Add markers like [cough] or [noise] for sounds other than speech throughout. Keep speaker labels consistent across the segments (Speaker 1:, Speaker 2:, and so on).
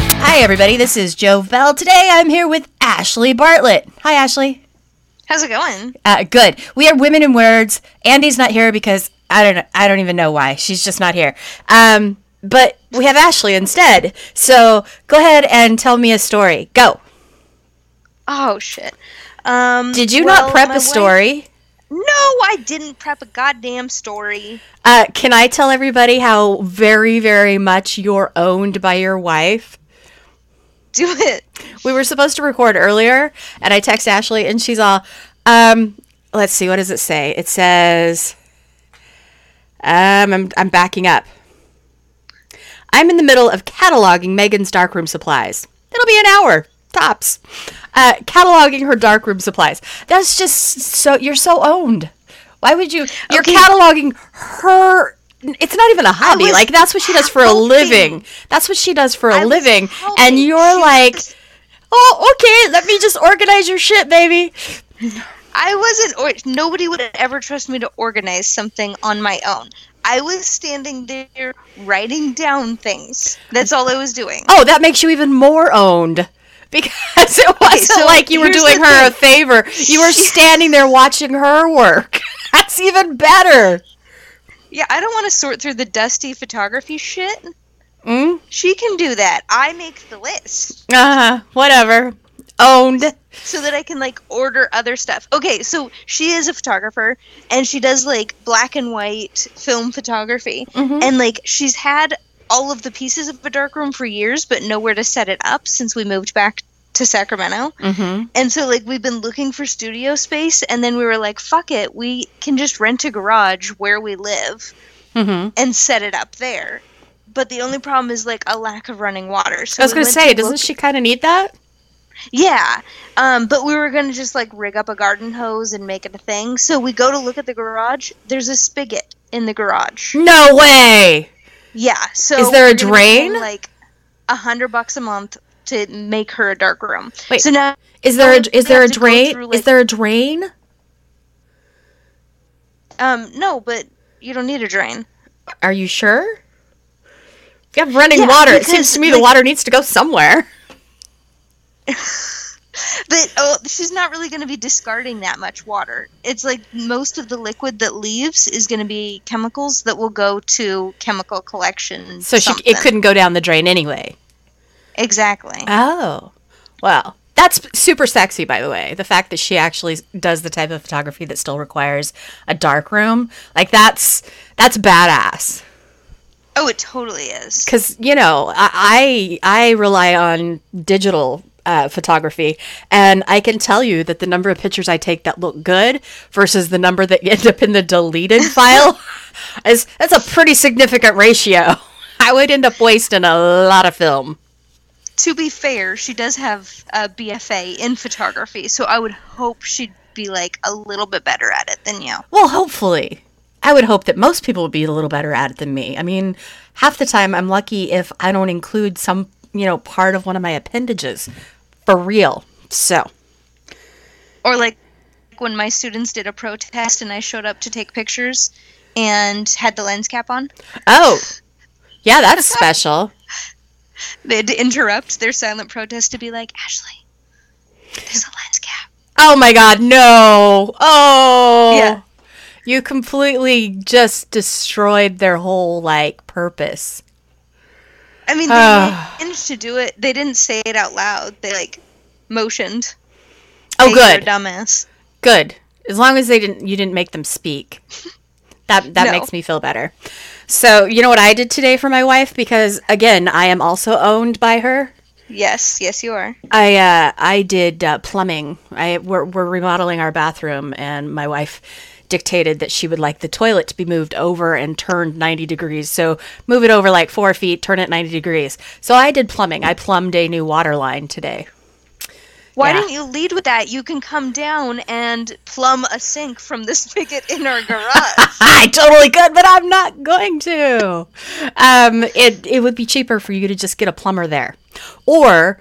Speaker 1: everybody. This is Joe Bell. Today I'm here with Ashley Bartlett. Hi, Ashley.
Speaker 2: How's it going?
Speaker 1: Uh, good. We are Women in Words. Andy's not here because I don't know, I don't even know why. She's just not here. Um, but we have Ashley instead. So go ahead and tell me a story. Go.
Speaker 2: Oh shit. Um,
Speaker 1: Did you
Speaker 2: well,
Speaker 1: not prep
Speaker 2: my
Speaker 1: a
Speaker 2: wife-
Speaker 1: story?
Speaker 2: No, I didn't prep a goddamn story. [laughs]
Speaker 1: Uh, can I tell everybody how very, very much you're owned by your wife?
Speaker 2: Do it.
Speaker 1: we were supposed to record earlier and i text ashley and she's all um let's see what does it say it says um i'm, I'm backing up i'm in the middle of cataloging megan's darkroom supplies it'll be an hour tops uh, cataloging her darkroom supplies that's just so you're so owned why would you you're
Speaker 2: Okay.
Speaker 1: cataloging her it's not even a hobby
Speaker 2: was
Speaker 1: like that's what she does for a
Speaker 2: hoping-
Speaker 1: living that's what she does for a
Speaker 2: I was
Speaker 1: living and
Speaker 2: hoping
Speaker 1: you're
Speaker 2: she
Speaker 1: like
Speaker 2: was-
Speaker 1: Oh, okay. Let me just organize your shit, baby.
Speaker 2: I wasn't. Or- nobody would ever trust me to organize something on my own. I was standing there writing down things. That's all I was doing.
Speaker 1: Oh, that makes you even more owned [laughs] because it wasn't
Speaker 2: so
Speaker 1: like you were
Speaker 2: here's
Speaker 1: doing
Speaker 2: the
Speaker 1: her a
Speaker 2: thing.
Speaker 1: favor. You were standing there watching her work. [laughs] That's even better.
Speaker 2: Yeah, I don't want to sort through the dusty photography shit.
Speaker 1: Mm?
Speaker 2: She can do that. I make the list.
Speaker 1: Uh huh. Whatever. Owned.
Speaker 2: so that I can like order other stuff. Okay, so she is a photographer and she does like black and white film photography.
Speaker 1: Mhm.
Speaker 2: And like she's had all of the pieces of the darkroom for years, but nowhere to set it up since we moved back to Sacramento.
Speaker 1: Mm-hmm.
Speaker 2: And so like we've been looking for studio space and then we were like, fuck it, we can just rent a garage where we live
Speaker 1: Mm-hmm.
Speaker 2: and set it up there. But the only problem is like a lack of running water. So
Speaker 1: I was
Speaker 2: we
Speaker 1: gonna
Speaker 2: went
Speaker 1: say,
Speaker 2: to
Speaker 1: doesn't
Speaker 2: look-
Speaker 1: she kind of need that?
Speaker 2: yeah, um, but we were gonna just like rig up a garden hose and make it a thing. So we go to look at the garage. There's a spigot in the garage.
Speaker 1: No way.
Speaker 2: Yeah. So
Speaker 1: Is there a
Speaker 2: we're gonna be paying,
Speaker 1: drain?
Speaker 2: Like a hundred bucks a month to make her a dark room.
Speaker 1: Wait.
Speaker 2: So now
Speaker 1: Is there a
Speaker 2: would
Speaker 1: is there a
Speaker 2: have to go
Speaker 1: drain?
Speaker 2: through,
Speaker 1: Is
Speaker 2: like-
Speaker 1: there a drain?
Speaker 2: um, no, but you don't need a drain.
Speaker 1: Are you sure? If you have running
Speaker 2: Yeah,
Speaker 1: water, it
Speaker 2: because,
Speaker 1: seems to me the
Speaker 2: like-
Speaker 1: water needs to go somewhere.
Speaker 2: But oh, she's not really gonna be discarding that much water. It's like most of the liquid that leaves is gonna be chemicals that will go to chemical collection.
Speaker 1: So she,
Speaker 2: something.
Speaker 1: it couldn't go down the drain anyway.
Speaker 2: exactly.
Speaker 1: Oh, well, that's super sexy, by the way. The fact that she actually does the type of photography that still requires a dark room, like that's that's badass.
Speaker 2: oh, it totally is.
Speaker 1: Because you know, I I, I rely on digital. Uh, photography, and I can tell you that the number of pictures I take that look good versus the number that [laughs] end up in the [laughs] deleted file is that's a pretty significant ratio. I would end up wasting a lot of film.
Speaker 2: to be fair, she does have a BFA in photography, so I would hope she'd be like a little bit better at it than you.
Speaker 1: Well, hopefully. I would hope that most people would be a little better at it than me. I mean, half the time I'm lucky if I don't include some, you know, part of one of my appendages for real. So,
Speaker 2: Or like when my students did a protest and I showed up to take pictures and had the lens cap on.
Speaker 1: oh, yeah, that's special.
Speaker 2: They had to interrupt their silent protest to be like, Ashley, there's a lens cap.
Speaker 1: Oh my God, no. Oh,
Speaker 2: Yeah.
Speaker 1: you completely just destroyed their whole, like, purpose.
Speaker 2: I mean,
Speaker 1: Ah.
Speaker 2: they managed to do it. They didn't say it out loud. They like motioned.
Speaker 1: Oh,
Speaker 2: Hey, you're a
Speaker 1: good.
Speaker 2: Dumbass.
Speaker 1: Good. As long as they didn't you didn't make them speak. That that
Speaker 2: No.
Speaker 1: makes me feel better. So, you know what I did today for my wife because again, I am also owned by her.
Speaker 2: Yes, yes, you are.
Speaker 1: I uh, I did uh, plumbing. I we're, we're remodeling our bathroom, and my wife dictated that she would like the toilet to be moved over and turned 90 degrees. So move it over like four feet, turn it 90 degrees. So I did plumbing. I plumbed a new water line today.
Speaker 2: Why
Speaker 1: Yeah.
Speaker 2: didn't you lead with that? You can come down and plumb a sink from [laughs] the spigot in our garage.
Speaker 1: I totally could, but I'm not going to. Um, it it would be cheaper for you to just get a plumber there, or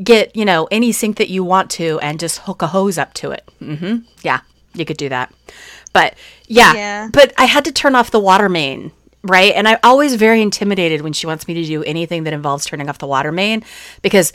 Speaker 1: get you know any sink that you want to and just hook a hose up to it. hmm Yeah, you could do that. But yeah,
Speaker 2: Yeah.
Speaker 1: but I had to turn off the water main right? And I'm always very intimidated when she wants me to do anything that involves turning off the water main because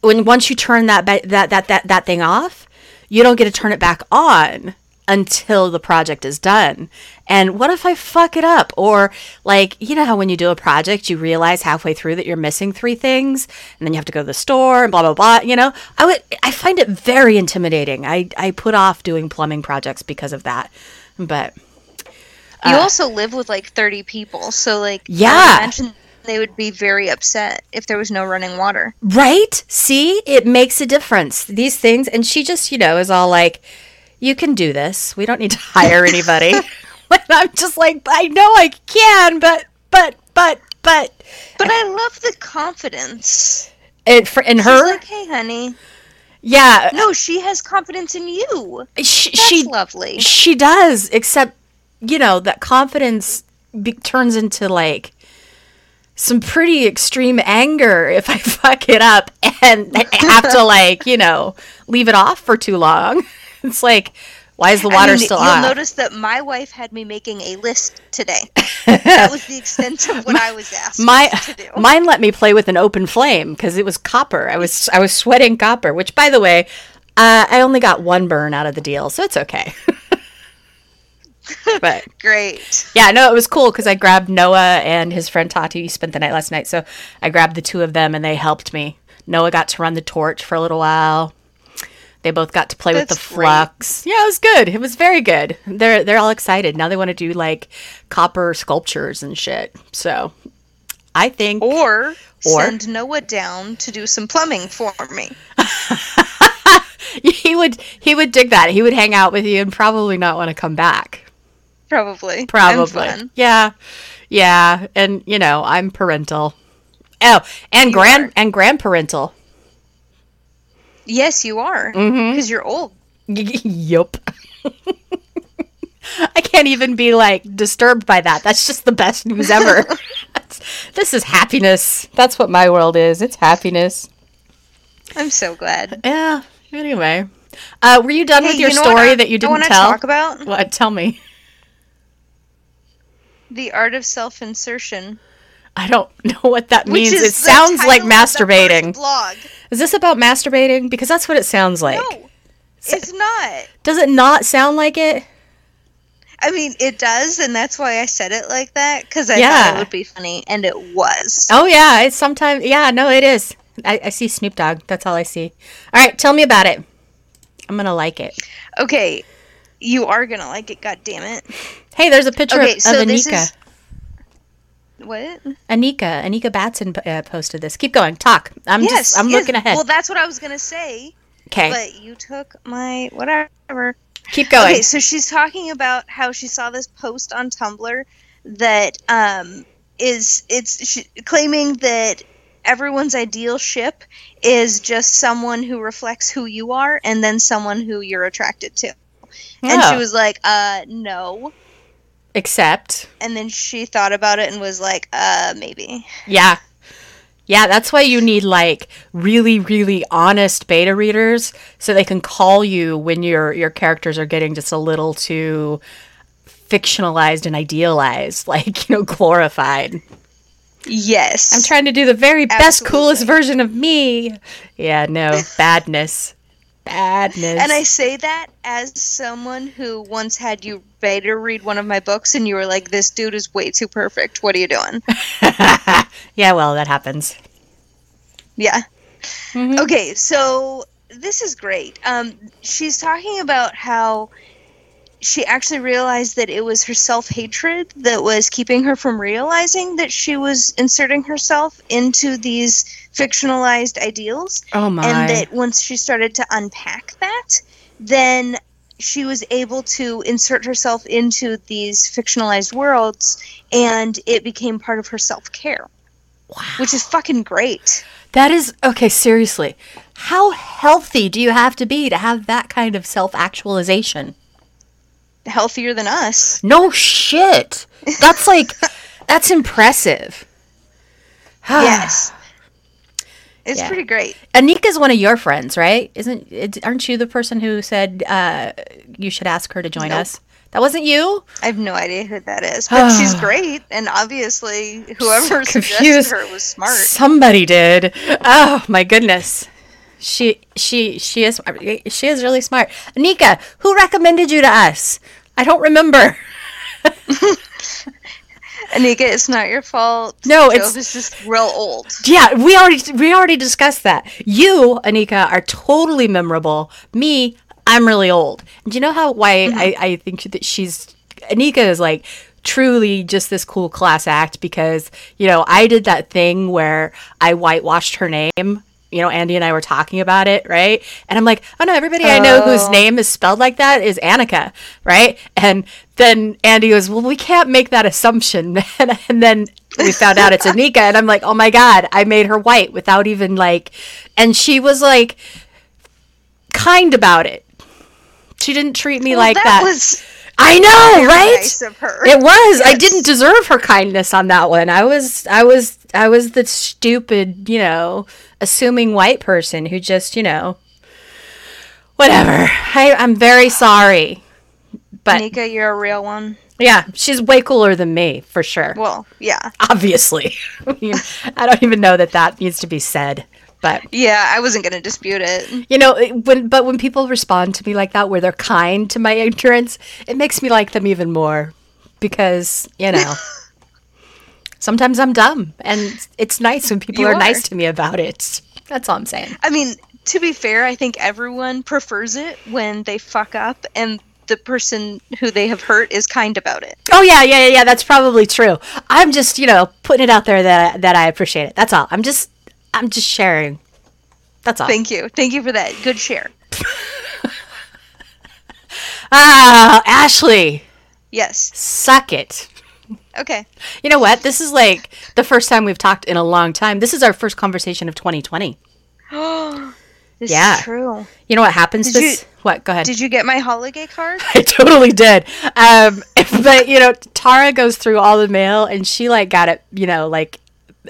Speaker 1: when once you turn that ba- that that that that thing off, you don't get to turn it back on until the project is done. And what if I fuck it up? Or like, you know how when you do a project, you realize halfway through that you're missing three things and then you have to go to the store and blah blah blah, you know? I would I find it very intimidating. I I put off doing plumbing projects because of that. But
Speaker 2: You also live with like 30 people, so like I would
Speaker 1: Uh, Yeah.
Speaker 2: imagine they would be very upset if there was no running water.
Speaker 1: Right? See, it makes a difference. These things. And she just, you know, is all like, you can do this. We don't need to hire
Speaker 2: [laughs]
Speaker 1: anybody. [laughs] and I'm just like, I know I can, but, but, but, but.
Speaker 2: But I love the confidence.
Speaker 1: And for, in
Speaker 2: She's
Speaker 1: her,
Speaker 2: like, "Hey, honey."
Speaker 1: yeah,
Speaker 2: No, she has confidence in you.
Speaker 1: she,
Speaker 2: That's
Speaker 1: she,
Speaker 2: lovely.
Speaker 1: she does, except, you know, that confidence be- turns into like some pretty extreme anger if I [laughs] fuck it up and have
Speaker 2: [laughs]
Speaker 1: to, like, you know, leave it off for too long. [laughs] It's like, why is the water
Speaker 2: I mean,
Speaker 1: still
Speaker 2: you'll
Speaker 1: on?
Speaker 2: notice that my wife had me making a list
Speaker 1: [laughs]
Speaker 2: today. that was the extent of what I was asked
Speaker 1: my
Speaker 2: [laughs] to do.
Speaker 1: mine let me play with an open flame because it was copper. I was I was sweating copper, which by the way, uh, I only got one burn out of the deal, so it's okay. [laughs] but
Speaker 2: Great.
Speaker 1: yeah, no, it was cool because I grabbed Noah and his friend Tati. He spent the night last night, so I grabbed the two of them and they helped me. Noah got to run the torch for a little while. They both got to play with
Speaker 2: That's
Speaker 1: the
Speaker 2: great.
Speaker 1: flux. Yeah, it was good. It was very good. They're they're all excited now. They want to do like copper sculptures and shit. So I think
Speaker 2: Or,
Speaker 1: Or-
Speaker 2: send Noah down to do some plumbing for me.
Speaker 1: [laughs] he would he would dig that. He would hang out with you and probably not want to come back.
Speaker 2: Probably. I'm
Speaker 1: Probably.
Speaker 2: fun.
Speaker 1: Yeah. Yeah, and you know, I'm parental. Oh, and grand
Speaker 2: are.
Speaker 1: and grandparental.
Speaker 2: Yes, you are. Because
Speaker 1: Mm-hmm.
Speaker 2: you're old.
Speaker 1: [laughs] yup. I can't even be like disturbed by that. That's just the best news ever.
Speaker 2: [laughs]
Speaker 1: That's- this is happiness. That's what my world is. It's happiness.
Speaker 2: I'm so glad.
Speaker 1: Yeah. Anyway, uh, were you done with
Speaker 2: Hey,
Speaker 1: your
Speaker 2: you know what
Speaker 1: story
Speaker 2: I-
Speaker 1: that you
Speaker 2: I
Speaker 1: didn't
Speaker 2: wanna
Speaker 1: tell?
Speaker 2: talk about
Speaker 1: what? Tell me.
Speaker 2: the art of self-insertion,
Speaker 1: I don't [laughs] know what that
Speaker 2: which
Speaker 1: means.
Speaker 2: is
Speaker 1: It
Speaker 2: the
Speaker 1: sounds like
Speaker 2: title of the first
Speaker 1: masturbating.
Speaker 2: blog.
Speaker 1: Is this about masturbating? Because that's what it sounds like.
Speaker 2: No, it's not.
Speaker 1: Does it not sound like it?
Speaker 2: I mean, it does, and that's why I said it like that because I thought
Speaker 1: Yeah.
Speaker 2: it would be funny, and it was.
Speaker 1: Oh yeah, it's sometimes. Yeah, no, it is. I, I see Snoop Dogg. That's all I see. All right, tell me about it. I'm gonna like it.
Speaker 2: Okay, you are gonna like it. God damn it.
Speaker 1: Hey, there's a picture
Speaker 2: Okay,
Speaker 1: of,
Speaker 2: so
Speaker 1: of
Speaker 2: this
Speaker 1: Anika.
Speaker 2: is- What?
Speaker 1: Anika. Anika Batson uh, posted this. Keep going. Talk. I'm
Speaker 2: yes,
Speaker 1: just. I'm
Speaker 2: yes.
Speaker 1: looking ahead.
Speaker 2: Well, that's what I was gonna say,
Speaker 1: okay.
Speaker 2: but you took my whatever.
Speaker 1: Keep going.
Speaker 2: Okay, so she's talking about how she saw this post on Tumblr that um, is it's she, claiming that everyone's ideal ship is just someone who reflects who you are and then someone who you're attracted to. And she
Speaker 1: Oh.
Speaker 2: was like, "Uh, no."
Speaker 1: Except.
Speaker 2: And then she thought about it and was like, "Uh, maybe."
Speaker 1: Yeah. Yeah, that's why you need like really, really honest beta readers so they can call you when your your characters are getting just a little too fictionalized and idealized, [laughs] like, you know, glorified.
Speaker 2: Yes.
Speaker 1: I'm trying to do the very best,
Speaker 2: Absolutely.
Speaker 1: coolest version of me. Yeah,
Speaker 2: [laughs]
Speaker 1: no, badness. Badness.
Speaker 2: And I say that as someone who once had you beta read one of my books and you were like, this dude is way too perfect. What are you doing?
Speaker 1: [laughs] yeah, well, that happens.
Speaker 2: Yeah. Okay, so this is great. Um, she's talking about how she actually realized that it was her self hatred that was keeping her from realizing that she was inserting herself into these fictionalized ideals.
Speaker 1: Oh my.
Speaker 2: And that once she started to unpack that, then she was able to insert herself into these fictionalized worlds and it became part of her self care. Which is fucking great.
Speaker 1: That is okay, seriously. How healthy do you have to be to have that kind of self actualization?
Speaker 2: Healthier than us.
Speaker 1: No shit. That's
Speaker 2: [laughs]
Speaker 1: like that's impressive. [sighs]
Speaker 2: yes. It's
Speaker 1: Yeah.
Speaker 2: pretty great.
Speaker 1: Anika's one of your friends, right? Isn't it, aren't you the person who said uh, you should ask her to join
Speaker 2: Nope.
Speaker 1: us? That wasn't you?
Speaker 2: I have no idea who that is, but
Speaker 1: [sighs]
Speaker 2: she's great, and obviously whoever
Speaker 1: So
Speaker 2: suggested
Speaker 1: confused.
Speaker 2: her was smart.
Speaker 1: Somebody did. Oh my goodness. She she she is she is really smart. Anika, who recommended you to us? I don't remember.
Speaker 2: Anika, it's not your fault.
Speaker 1: No,
Speaker 2: Joe
Speaker 1: it's-
Speaker 2: is just real old.
Speaker 1: Yeah, we already we already discussed that. You, Anika, are totally memorable. Me, I'm really old. Do you know how why
Speaker 2: Mm-hmm.
Speaker 1: I, I think that she's Anika is like truly just this cool class act because you know I did that thing where I whitewashed her name. You know, Andy and I were talking about it, right? And I'm like, oh no, everybody I know whose
Speaker 2: Oh.
Speaker 1: name is spelled like that is Annika, right? And then Andy goes, well, we can't make that assumption. [laughs] and, and then we found out it's Anika. And I'm like, oh my God, I made her white without even like, and she was like kind about it. She didn't treat me
Speaker 2: Well,
Speaker 1: [laughs] like that.
Speaker 2: was
Speaker 1: I know, right?
Speaker 2: nice of her.
Speaker 1: It was. I
Speaker 2: [laughs] Yes.
Speaker 1: didn't deserve her kindness on that one. I was I was I was the stupid, you know, assuming white person who just, you know, whatever. I I'm very sorry. But
Speaker 2: Anika, you're a real one.
Speaker 1: yeah, she's way cooler than me for sure.
Speaker 2: Well, yeah,
Speaker 1: Obviously. [laughs] I mean, I don't even know that that needs to be said, but
Speaker 2: yeah. I wasn't gonna dispute it.
Speaker 1: you know, it- when but when people respond to me like that where they're kind to my ignorance, it makes me like them even more because, you
Speaker 2: [laughs]
Speaker 1: know, sometimes I'm dumb and it's nice when people
Speaker 2: You
Speaker 1: are,
Speaker 2: are.
Speaker 1: nice to me about it. That's all I'm saying.
Speaker 2: I mean, to be fair, I think everyone prefers it when they fuck up and the person who they have hurt is kind about it.
Speaker 1: Oh yeah, yeah, yeah, yeah, that's probably true. I'm just, you know, putting it out there that that I appreciate it. That's all. I'm just I'm just sharing. That's all.
Speaker 2: Thank you, thank you for that. Good share.
Speaker 1: ah, Ashley,
Speaker 2: Yes.
Speaker 1: suck it.
Speaker 2: Okay.
Speaker 1: You know what? This is like the first time we've talked in a long time. This is our first conversation of 2020.
Speaker 2: this
Speaker 1: Yeah.
Speaker 2: is true.
Speaker 1: You know what happens
Speaker 2: Did
Speaker 1: this?
Speaker 2: you-
Speaker 1: what? Go ahead.
Speaker 2: Did you get my holiday card?
Speaker 1: [laughs] I totally did. Um, [laughs] but you know, Tara goes through all the mail, and she like got it. You know, like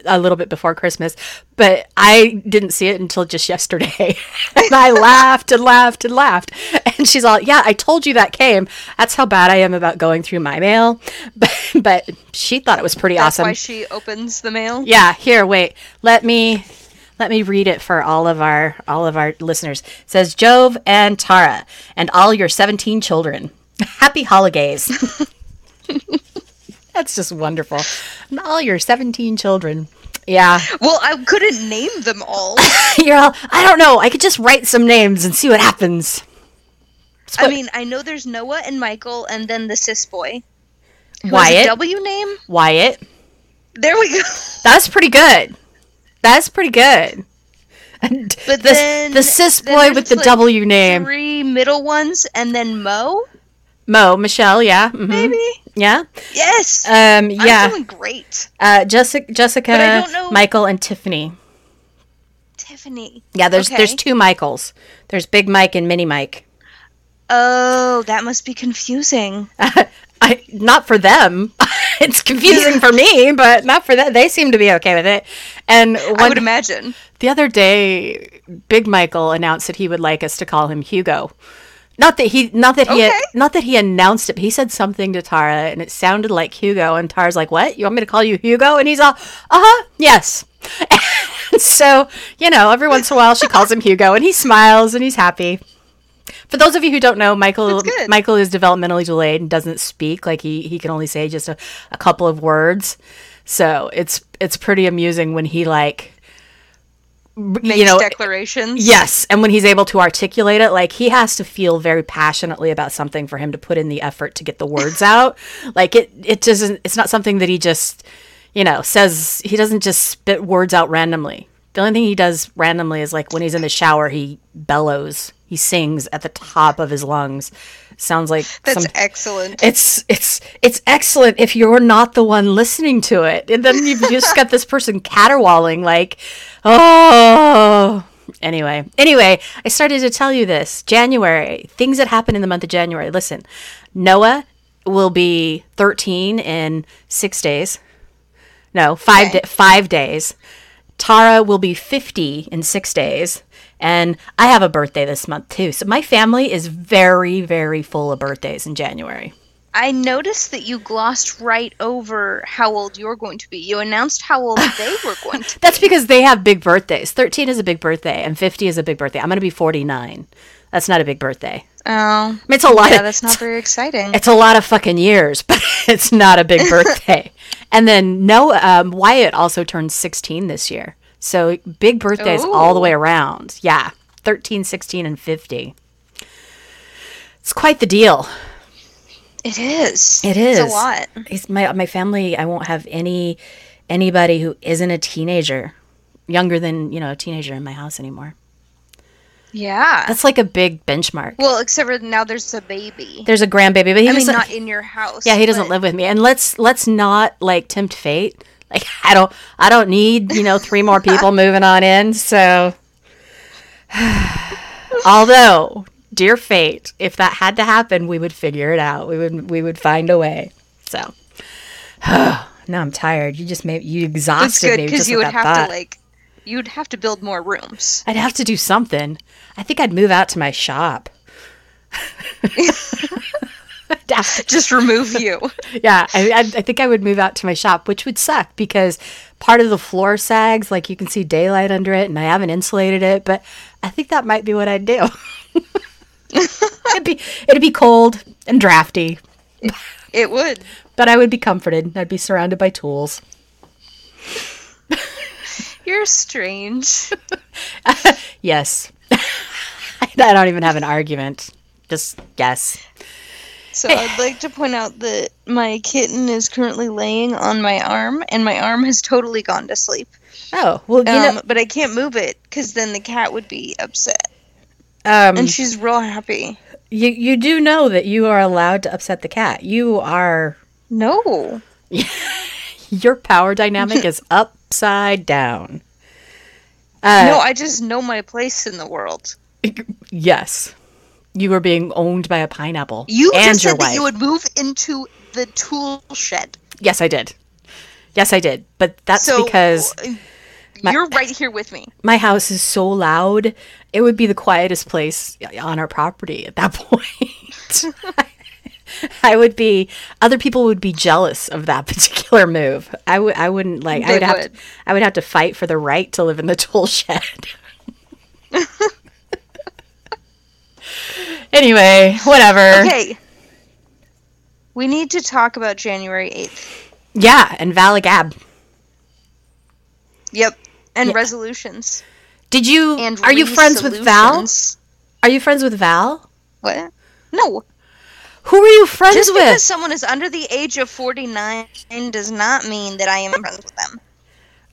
Speaker 1: a little bit before Christmas, but I didn't see it until just yesterday. [laughs] and I laughed and laughed and laughed. And she's all, "Yeah, I told you that came. That's how bad I am about going through my mail." [laughs] But but she thought it was pretty
Speaker 2: That's
Speaker 1: awesome.
Speaker 2: why she opens the mail.
Speaker 1: Yeah, here, wait. Let me let me read it for all of our all of our listeners. It says Jove and Tara and all your 17 children. Happy holidays. [laughs] That's just wonderful. And all your 17 children. Yeah.
Speaker 2: Well, I couldn't name them all.
Speaker 1: [laughs] You're all I don't know. I could just write some names and see what happens.
Speaker 2: I mean, I know there's Noah and Michael, and then the cis boy. Who has a
Speaker 1: Wyatt.
Speaker 2: W name?
Speaker 1: Wyatt.
Speaker 2: There we go.
Speaker 1: That's pretty good. That's pretty good.
Speaker 2: But
Speaker 1: the,
Speaker 2: then
Speaker 1: the cis
Speaker 2: then
Speaker 1: boy with
Speaker 2: there's,
Speaker 1: the
Speaker 2: like,
Speaker 1: W name.
Speaker 2: Three middle ones, and then Mo.
Speaker 1: Mo, Michelle, yeah. mhm,
Speaker 2: Maybe.
Speaker 1: Yeah.
Speaker 2: Yes.
Speaker 1: Um,
Speaker 2: I'm
Speaker 1: yeah,
Speaker 2: doing great.
Speaker 1: uh, Jessica,
Speaker 2: But I
Speaker 1: Jessica,
Speaker 2: don't know-
Speaker 1: Michael, and Tiffany.
Speaker 2: Tiffany.
Speaker 1: Yeah, there's there's
Speaker 2: Okay.
Speaker 1: two Michaels. There's Big Mike and Mini Mike. [laughs]
Speaker 2: Oh, that must be confusing.
Speaker 1: I, not for them. [laughs] it's confusing for me, but not for them. They seem to be okay with it. And
Speaker 2: I
Speaker 1: one,
Speaker 2: would imagine.
Speaker 1: the other day, Big Michael announced that he would like us to call him Hugo. Not that he, not that he,
Speaker 2: Okay.
Speaker 1: not that he announced it. But he said something to Tara, and it sounded like Hugo. And Tara's like, "What? You want me to call you Hugo?" And he's all, "Uh huh, yes." [laughs] And so you know, every once in a while, she calls him Hugo, and he smiles and he's happy. For those of you who don't know, Michael
Speaker 2: That's good.
Speaker 1: Michael is developmentally delayed and doesn't speak. Like he he can only say just a, a couple of words. So it's it's pretty amusing when he like
Speaker 2: Makes
Speaker 1: you know
Speaker 2: declarations.
Speaker 1: Yes, and when he's able to articulate it, like he has to feel very passionately about something for him to put in the effort to get the
Speaker 2: [laughs]
Speaker 1: words out. Like it, it doesn't. It's not something that he just, you know, says. He doesn't just spit words out randomly. The only thing he does randomly is like when he's in the shower, he bellows. He sings at the top of his lungs. Sounds like
Speaker 2: That's
Speaker 1: some
Speaker 2: excellent.
Speaker 1: it's it's it's excellent if you're not the one listening to it and then you've just got this person caterwauling like oh anyway anyway i started to tell you this january things that happen in the month of january listen noah will be 13 in six days no five
Speaker 2: Okay.
Speaker 1: da- five days Tara will be 50 in six days. And I have a birthday this month too. So my family is very, very full of birthdays in January.
Speaker 2: I noticed that you glossed right over how old you're going to be. You announced how
Speaker 1: [laughs]
Speaker 2: old they were going to
Speaker 1: That's because they have big birthdays. 13 is a big birthday, and 50 is a big birthday. I'm going to be 49. That's not a big birthday.
Speaker 2: be. Oh.
Speaker 1: I mean, it's a lot.
Speaker 2: Yeah,
Speaker 1: of,
Speaker 2: that's not very exciting.
Speaker 1: it's a lot of fucking years, [laughs] but it's not a
Speaker 2: [laughs]
Speaker 1: big birthday. and then no, um, Wyatt also turned 16 this year. So big birthdays all the way around. Yeah, 13, 16, and 50. It's quite the deal.
Speaker 2: It is.
Speaker 1: It is
Speaker 2: It's a lot.
Speaker 1: It's my my family. I won't have any anybody who isn't a teenager, younger than you know a teenager in my house anymore.
Speaker 2: Yeah.
Speaker 1: That's like a big benchmark.
Speaker 2: Well, except for now there's a baby.
Speaker 1: There's a grandbaby, but he
Speaker 2: I mean,
Speaker 1: doesn't.
Speaker 2: not in your house.
Speaker 1: yeah, he doesn't
Speaker 2: but-
Speaker 1: live with me. And let's let's not like tempt fate. Like I don't I don't need you know three more people moving on in. So, [sighs] although dear fate, if that had to happen, we would figure it out. We would we would find a way. So. [sighs] Now I'm tired. You just made you exhausted
Speaker 2: It's good
Speaker 1: me
Speaker 2: because
Speaker 1: just
Speaker 2: you
Speaker 1: with
Speaker 2: would
Speaker 1: that
Speaker 2: have
Speaker 1: thought.
Speaker 2: to like, you'd have to build more rooms. [laughs]
Speaker 1: I'd have to do something. I think I'd move out to my shop. [laughs] I'd have to
Speaker 2: Just remove you.
Speaker 1: yeah, I, I, I think I would move out to my shop, which would suck because part of the floor sags. Like you can see daylight under it, and I haven't insulated it. But I think that might be what I'd do. it'd be it'd be cold and drafty,
Speaker 2: It would.
Speaker 1: but I would be comforted. I'd be surrounded by tools.
Speaker 2: You're strange.
Speaker 1: Yes, [laughs] I don't even have an argument. Just yes.
Speaker 2: So I'd like to point out that my kitten is currently laying on my arm, and my arm has totally gone to sleep.
Speaker 1: Oh well, you
Speaker 2: Um,
Speaker 1: know,
Speaker 2: but I can't move it because then the cat would be upset.
Speaker 1: um,
Speaker 2: And she's real happy.
Speaker 1: you you do know that you are allowed to upset the cat. You are
Speaker 2: No.
Speaker 1: your power dynamic is upside down. Uh,
Speaker 2: no, I just know my place in the world.
Speaker 1: Yes. You were being owned by a pineapple.
Speaker 2: You
Speaker 1: and
Speaker 2: just
Speaker 1: your
Speaker 2: said
Speaker 1: wife.
Speaker 2: that you would move into the tool shed.
Speaker 1: Yes, I did. Yes, I did. But that's
Speaker 2: so
Speaker 1: because
Speaker 2: uh, you're right here with me.
Speaker 1: my house is so loud. It would be the quietest place on our property at that [laughs] point. [laughs] I would be other people would be jealous of that [laughs] particular move. I would I wouldn't like I
Speaker 2: They
Speaker 1: would, have to,
Speaker 2: would.
Speaker 1: I would have to fight for the right to live in the tool
Speaker 2: [laughs]
Speaker 1: shed. [laughs] anyway, whatever.
Speaker 2: Okay. We need to talk about January 8th.
Speaker 1: Yeah, and Valagab.
Speaker 2: Yep. And resolutions.
Speaker 1: Did you
Speaker 2: And
Speaker 1: are you friends with Val?
Speaker 2: resolutions.
Speaker 1: Are you friends with Val?
Speaker 2: What? No.
Speaker 1: Who are you friends
Speaker 2: Just
Speaker 1: with?
Speaker 2: because someone is under the age of 49 does not mean that I am friends with them.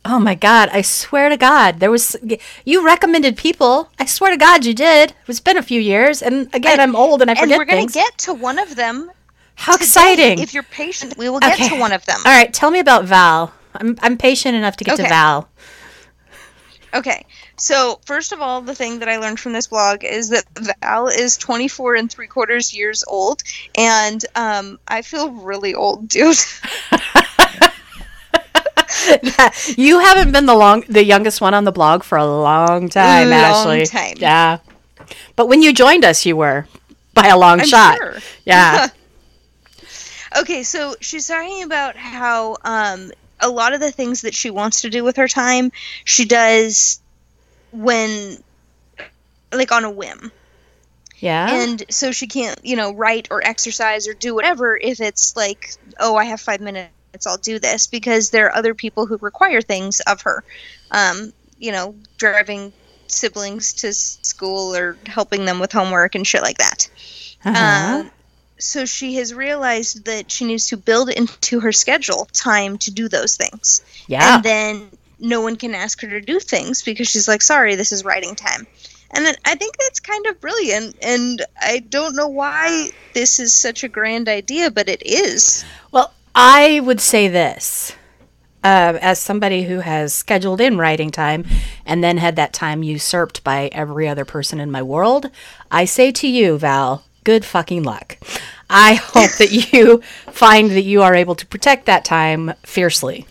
Speaker 1: Oh my god, I swear to god, there was you recommended people. I swear to god you did. It's been a few years and again I, am old and I
Speaker 2: And
Speaker 1: forget
Speaker 2: we're going
Speaker 1: things.
Speaker 2: to get to one of them.
Speaker 1: How exciting.
Speaker 2: If you're patient, we will get
Speaker 1: Okay.
Speaker 2: to one of them.
Speaker 1: All right, tell me about Val. I'm I'm patient enough to get to
Speaker 2: Okay.
Speaker 1: Val. [laughs]
Speaker 2: Okay. So, first of all, the thing that I learned from this blog is that Val is 24 and three quarters years old. And um, I feel really old, dude.
Speaker 1: you haven't been the long the youngest one on the blog for a long time,
Speaker 2: Long
Speaker 1: Ashley.
Speaker 2: time.
Speaker 1: Yeah. But when you joined us you were by a long
Speaker 2: [laughs] I'm
Speaker 1: shot.
Speaker 2: sure. [laughs]
Speaker 1: Yeah.
Speaker 2: Okay, so she's talking about how um, a lot of the things that she wants to do with her time, she does when, like, on a whim.
Speaker 1: yeah.
Speaker 2: And so she can't, you know, write or exercise or do whatever if it's like, oh, I have five minutes, I'll do this, because there are other people who require things of her. Um, you know, driving siblings to s- school or helping them with homework and shit like that.
Speaker 1: Uh-huh.
Speaker 2: Um, so she has realized that she needs to build into her schedule time to do those things.
Speaker 1: yeah.
Speaker 2: And then no one can ask her to do things because she's like, sorry, this is writing time. And then I think that's kind of brilliant. And I don't know why this is such a grand idea, but it is.
Speaker 1: Well, I would say this um, as somebody who has scheduled in writing time and then had that time usurped by every other person in my world. I say to you, Val, good fucking luck. I hope that you [laughs] find that you are able to protect that time fiercely.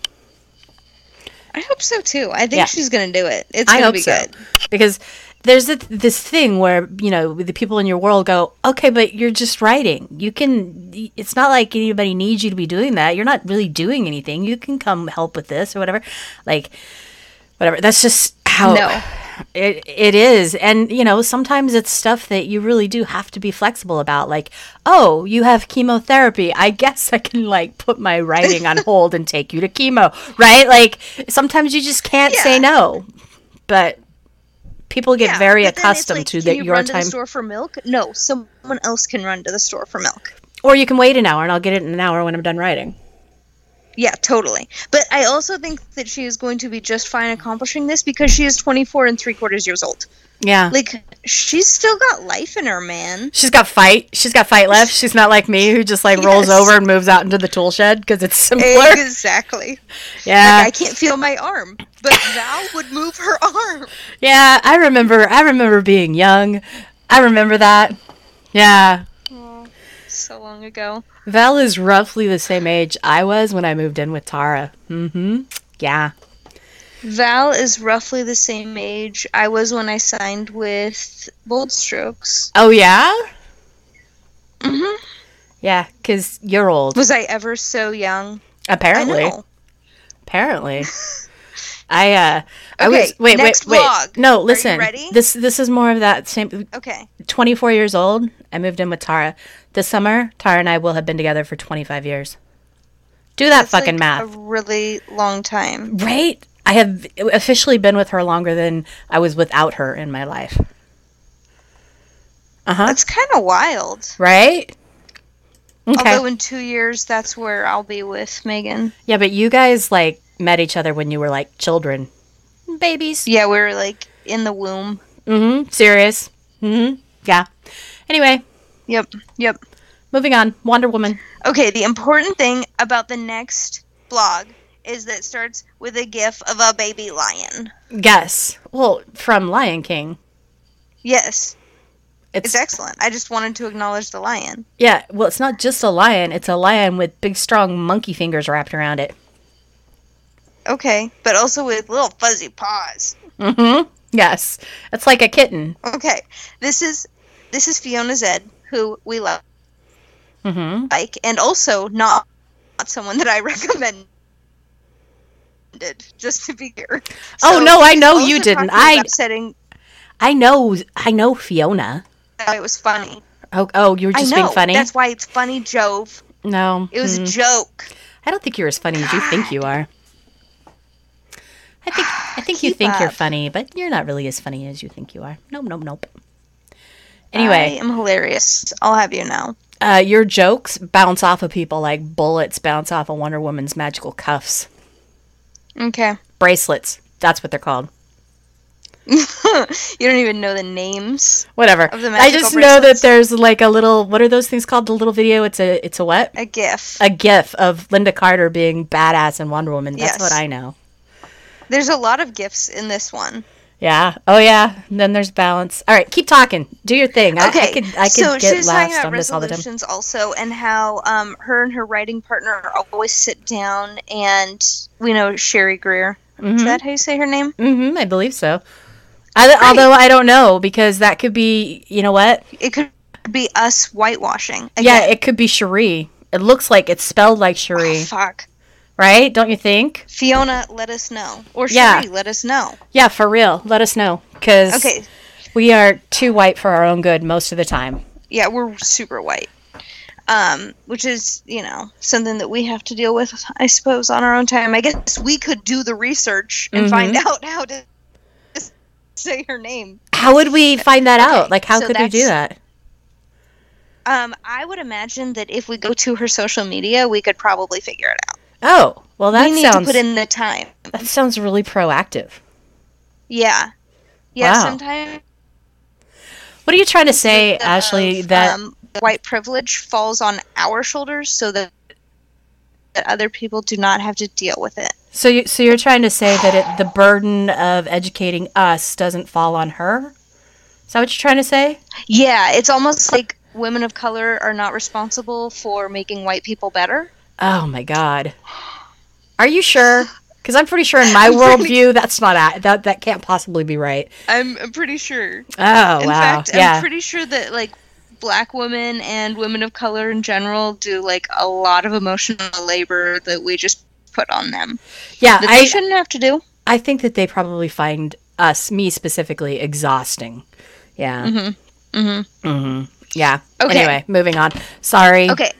Speaker 2: I hope so too. I think
Speaker 1: Yeah.
Speaker 2: she's going to do it. It's
Speaker 1: I
Speaker 2: going to
Speaker 1: hope
Speaker 2: be
Speaker 1: so.
Speaker 2: good.
Speaker 1: Because there's a, this thing where you know the people in your world go okay but you're just writing you can it's not like anybody needs you to be doing that you're not really doing anything you can come help with this or whatever like whatever that's just how
Speaker 2: No.
Speaker 1: it, it is and you know sometimes it's stuff that you really do have to be flexible about like oh you have chemotherapy i guess i can like put my writing on hold and take you to chemo right like sometimes you just can't say
Speaker 2: Yeah.
Speaker 1: no but people get
Speaker 2: Yeah,
Speaker 1: very
Speaker 2: but then it's
Speaker 1: accustomed
Speaker 2: like,
Speaker 1: to
Speaker 2: can
Speaker 1: that
Speaker 2: you
Speaker 1: your
Speaker 2: run to
Speaker 1: time
Speaker 2: the store for milk no someone else can run to the store for milk
Speaker 1: or you can wait an hour and i'll get it in an hour when i'm done writing
Speaker 2: yeah totally but i also think that she is going to be just fine accomplishing this because she is 24 and three quarters years old
Speaker 1: yeah
Speaker 2: like she's still got life in her man
Speaker 1: she's got fight she's got fight left she's not like me who just like rolls
Speaker 2: Yes.
Speaker 1: over and moves out into the tool shed because it's simpler
Speaker 2: exactly
Speaker 1: yeah
Speaker 2: like, i can't feel my arm but val would move her [laughs] arm
Speaker 1: Yeah, I remember. I remember being young. I remember that. Yeah.
Speaker 2: so long ago
Speaker 1: Val is roughly the same age I was when I moved in with Tara. Mm-hmm. Yeah.
Speaker 2: val is roughly the same age i was when i signed with bold strokes
Speaker 1: Oh yeah.
Speaker 2: Mhm.
Speaker 1: Yeah, because you're old.
Speaker 2: was i ever so young
Speaker 1: Apparently.
Speaker 2: i know [laughs]
Speaker 1: Apparently. I uh. I
Speaker 2: Okay,
Speaker 1: was wait
Speaker 2: next
Speaker 1: wait wait.
Speaker 2: vlog.
Speaker 1: No,
Speaker 2: Are you
Speaker 1: listen.
Speaker 2: ready?
Speaker 1: This this is more of that same.
Speaker 2: okay
Speaker 1: 24 years old. I moved in with Tara. This summer, Tara and I will have been together for 25 years. Do that
Speaker 2: That's,
Speaker 1: fucking
Speaker 2: like,
Speaker 1: math.
Speaker 2: a really long time
Speaker 1: Right? I have officially been with her longer than I was without her in my life. Uh huh.
Speaker 2: that's kind of wild
Speaker 1: Right? Okay.
Speaker 2: although in two years that's where i'll be with megan
Speaker 1: yeah, but you guys like met each other when you were like children, babies.
Speaker 2: yeah we were like in the womb
Speaker 1: Mm hmm. Serious. Mm hmm. Yeah. Anyway,
Speaker 2: yep yep
Speaker 1: moving on. Wonder Woman.
Speaker 2: Okay, the important thing about the next blog is that it starts with a gif of a baby lion.
Speaker 1: Guess. Well, from Lion King.
Speaker 2: Yes,
Speaker 1: It's,
Speaker 2: it's excellent. I just wanted to acknowledge the lion.
Speaker 1: yeah. Well, it's not just a lion. It's a lion with big, strong monkey fingers wrapped around it.
Speaker 2: Okay, but also with little fuzzy paws.
Speaker 1: Mm hmm. Yes. It's like a kitten.
Speaker 2: Okay, this is this is Fiona Zed, who we love,
Speaker 1: Mm hmm.
Speaker 2: like, and also not not someone that I [laughs] recommended. Just to be clear.
Speaker 1: Oh, no, I
Speaker 2: she's
Speaker 1: know
Speaker 2: also
Speaker 1: you didn't.
Speaker 2: talking
Speaker 1: I-
Speaker 2: about upsetting.
Speaker 1: I know, I know Fiona.
Speaker 2: That it was funny.
Speaker 1: Oh, oh, you were just
Speaker 2: I know.
Speaker 1: being funny.
Speaker 2: That's why it's funny, Jove.
Speaker 1: no,
Speaker 2: It was
Speaker 1: Mm.
Speaker 2: a joke.
Speaker 1: I don't think you're as funny as you think you are. I think I think you
Speaker 2: Keep
Speaker 1: think you're
Speaker 2: up.
Speaker 1: funny, but you're not really as funny as you think you are. Nope, nope, nope.
Speaker 2: I
Speaker 1: Anyway,
Speaker 2: am hilarious. I'll have you know.
Speaker 1: uh, your jokes bounce off of people like bullets bounce off of Wonder Woman's magical cuffs,
Speaker 2: Okay. [laughs]
Speaker 1: bracelets. That's what they're called.
Speaker 2: you don't even know the names.
Speaker 1: Whatever.
Speaker 2: Of the
Speaker 1: I
Speaker 2: magical
Speaker 1: just know that
Speaker 2: bracelets?
Speaker 1: there's like a little. What are those things called? The little video. It's a. It's a what?
Speaker 2: A GIF.
Speaker 1: A gif of Linda Carter being badass in Wonder Woman. That's
Speaker 2: Yes.
Speaker 1: what I know.
Speaker 2: There's a lot of GIFs in this one.
Speaker 1: Yeah. Oh, yeah. And then there's balance. All right. Keep talking. Do your thing. I, I
Speaker 2: Okay.
Speaker 1: could. I could
Speaker 2: so she
Speaker 1: get
Speaker 2: was talking
Speaker 1: last
Speaker 2: about
Speaker 1: on this all the time.
Speaker 2: resolutions also, and how um, her and her writing partner always sit down and we know Sherry Greer. Is that how you say her name?
Speaker 1: Mm-hmm. I believe so. I, Although I don't know because that could be. You know what?
Speaker 2: It could be us whitewashing.
Speaker 1: Yeah.
Speaker 2: Again.
Speaker 1: It could be Cherie. It looks like it's spelled like
Speaker 2: Oh,
Speaker 1: Cherie,
Speaker 2: fuck.
Speaker 1: right? Don't you think?
Speaker 2: Fiona, let us know. Or Sherry,
Speaker 1: Yeah.
Speaker 2: let us know.
Speaker 1: Yeah. For real. Let us know because
Speaker 2: Okay.
Speaker 1: we are too white for our own good most of the time.
Speaker 2: yeah, we're super white. Um, which is, you know, something that we have to deal with, I suppose, on our own time. I guess we could do the research and
Speaker 1: Mhm.
Speaker 2: find out how to [laughs] say her name.
Speaker 1: How would we find that out?
Speaker 2: Okay,
Speaker 1: Like, how
Speaker 2: so
Speaker 1: could we do that?
Speaker 2: Um, I would imagine that if we go to her social media, we could probably figure it out.
Speaker 1: Oh, well, that
Speaker 2: we need
Speaker 1: sounds
Speaker 2: to put in the time.
Speaker 1: that sounds really proactive.
Speaker 2: Yeah. Yeah,
Speaker 1: Wow.
Speaker 2: sometimes
Speaker 1: What are you trying to say,
Speaker 2: the-
Speaker 1: Ashley?
Speaker 2: of,
Speaker 1: That
Speaker 2: um, the white privilege falls on our shoulders so that that other people do not have to deal with it.
Speaker 1: So, you, so you're trying to say that it, the burden of educating us doesn't fall on her? Is that what you're trying to say?
Speaker 2: Yeah, it's almost like women of color are not responsible for making white people better.
Speaker 1: Oh my God. Are you sure? Because [laughs] I'm pretty sure in my worldview, that's not a- that that can't possibly be right.
Speaker 2: I'm I'm pretty sure.
Speaker 1: Oh
Speaker 2: In
Speaker 1: wow,
Speaker 2: fact,
Speaker 1: yeah.
Speaker 2: I'm pretty sure that like black women and women of color in general do like a lot of emotional labor that we just put on them
Speaker 1: yeah,
Speaker 2: that they
Speaker 1: I
Speaker 2: shouldn't have to do.
Speaker 1: I think that they probably find us, me specifically, exhausting. Yeah.
Speaker 2: Mm-hmm. Mm-hmm.
Speaker 1: hmm Yeah.
Speaker 2: Okay.
Speaker 1: Anyway, moving on. Sorry.
Speaker 2: Okay.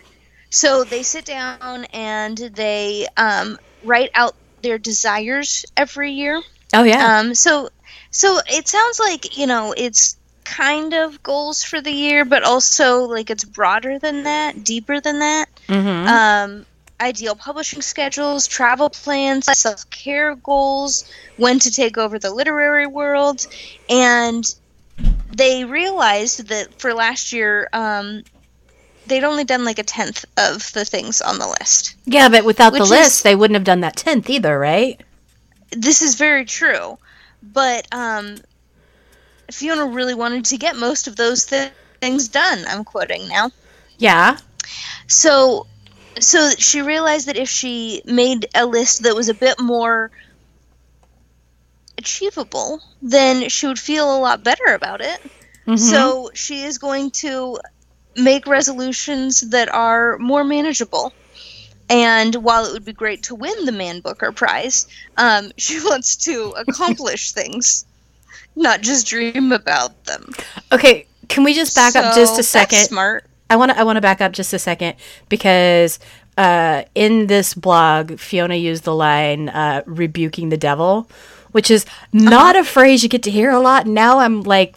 Speaker 2: So they sit down and they um, write out their desires every year.
Speaker 1: Oh yeah.
Speaker 2: Um, so, so it sounds like you know it's kind of goals for the year, but also like it's broader than that, deeper than that.
Speaker 1: hmm
Speaker 2: Um, ideal publishing schedules, travel plans, self care goals, when to take over the literary world, and they realized that for last year. Um, They'd only done like a tenth of the things on the list.
Speaker 1: yeah, but without the
Speaker 2: which
Speaker 1: list,
Speaker 2: is-
Speaker 1: they wouldn't have done that tenth either, right?
Speaker 2: this is very true but um fiona really wanted to get most of those th- things done i'm quoting now
Speaker 1: Yeah.
Speaker 2: so so she realized that if she made a list that was a bit more achievable then she would feel a lot better about it
Speaker 1: Mhm.
Speaker 2: so she is going to make resolutions that are more manageable. And while it would be great to win the Man Booker Prize, um, [laughs] she wants to
Speaker 1: [laughs]
Speaker 2: accomplish things, not just dream about them.
Speaker 1: okay, can we just back up just
Speaker 2: So
Speaker 1: a
Speaker 2: that's
Speaker 1: second?
Speaker 2: smart.
Speaker 1: I want to I want to back up just a second because uh, in this blog, Fiona used the line uh, "rebuking the devil," which is
Speaker 2: Uh-huh.
Speaker 1: not a phrase you get to hear a lot. Now I'm like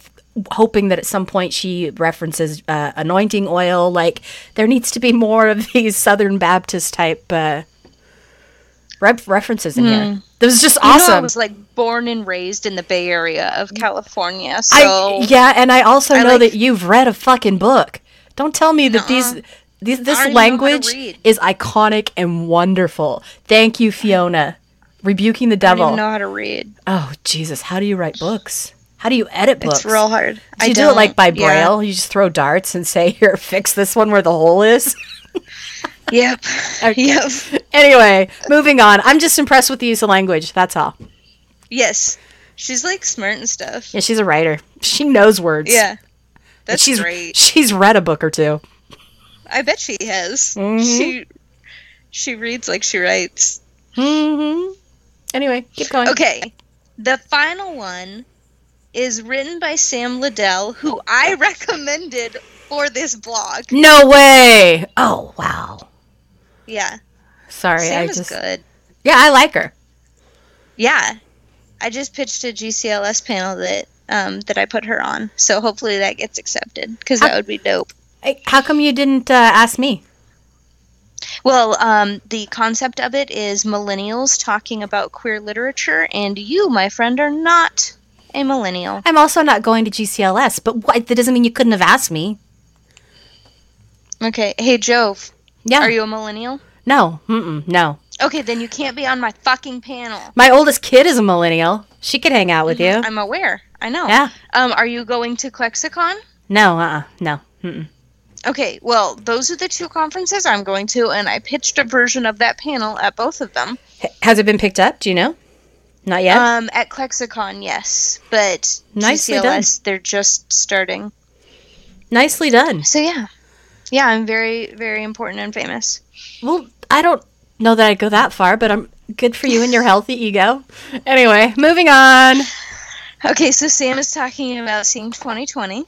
Speaker 1: hoping that at some point she references uh, anointing oil. Like there needs to be more of these Southern Baptist type uh, rep- references in here. That was just
Speaker 2: Hmm. You know, I
Speaker 1: awesome. Mm.
Speaker 2: was like born and raised in the Bay Area of California, so
Speaker 1: I, yeah, and I also know
Speaker 2: like-
Speaker 1: that you've read a fucking book. Don't tell me that these, these this
Speaker 2: don't even know how to
Speaker 1: language
Speaker 2: read.
Speaker 1: is iconic and wonderful. Thank you, Fiona. Rebuking the
Speaker 2: I don't
Speaker 1: devil.
Speaker 2: even know how to read.
Speaker 1: Oh Jesus, how do you write books? How do you edit books?
Speaker 2: It's real hard.
Speaker 1: do
Speaker 2: I
Speaker 1: you do it like
Speaker 2: don't-
Speaker 1: by
Speaker 2: yeah.
Speaker 1: braille? You just throw darts and say, [laughs] "Here, fix this one where the hole is."
Speaker 2: [laughs]
Speaker 1: [laughs]
Speaker 2: Yep.
Speaker 1: Okay.
Speaker 2: [laughs] Yep.
Speaker 1: anyway, moving on. I'm just impressed with the use of language. That's all.
Speaker 2: Yes. She's like smart and stuff.
Speaker 1: Yeah, she's a writer. She knows words.
Speaker 2: Yeah. That's
Speaker 1: she's
Speaker 2: great.
Speaker 1: she's read a book or two.
Speaker 2: I bet she has.
Speaker 1: Mhm.
Speaker 2: She she reads like she writes.
Speaker 1: hmm Anyway, keep going.
Speaker 2: Okay. The final one is written by Sam Liddell, who I [laughs] recommended for this blog.
Speaker 1: No way! Oh wow.
Speaker 2: Yeah.
Speaker 1: Sorry,
Speaker 2: Sam
Speaker 1: I
Speaker 2: is
Speaker 1: just
Speaker 2: good.
Speaker 1: yeah, I like her.
Speaker 2: Yeah. I just pitched a GCLS panel that um, that I put her on, so hopefully that gets accepted because that would be dope.
Speaker 1: Hey, How come you didn't uh, ask me?
Speaker 2: Well, um, the concept of it is millennials talking about queer literature, and you, my friend, are not a millennial.
Speaker 1: I'm also not going to GCLS, but what, that doesn't mean you couldn't have asked me.
Speaker 2: Okay. Hey, Jove,
Speaker 1: Yeah.
Speaker 2: are you a millennial?
Speaker 1: no. Mm-mm, no.
Speaker 2: Okay, then you can't be on my fucking panel. Mm,
Speaker 1: My oldest kid is a millennial. She could hang out with you.
Speaker 2: I'm aware. I know.
Speaker 1: Yeah.
Speaker 2: Um, are you going to Klexicon?
Speaker 1: No. Uh. uh No. Mm-mm.
Speaker 2: Okay, well, those are the two conferences I'm going to, and I pitched a version of that panel at both of them.
Speaker 1: H- Has it been picked up? Do you know? Not yet.
Speaker 2: Um, at Klexicon, yes, but
Speaker 1: Nicely
Speaker 2: GCLS, they're just starting.
Speaker 1: Nicely done.
Speaker 2: So yeah, yeah, I'm very, very important and famous.
Speaker 1: Well, I don't know that I'd go that far, but I'm good for you and your healthy ego. Anyway, moving on.
Speaker 2: Okay, so Sam is talking about seeing 2020.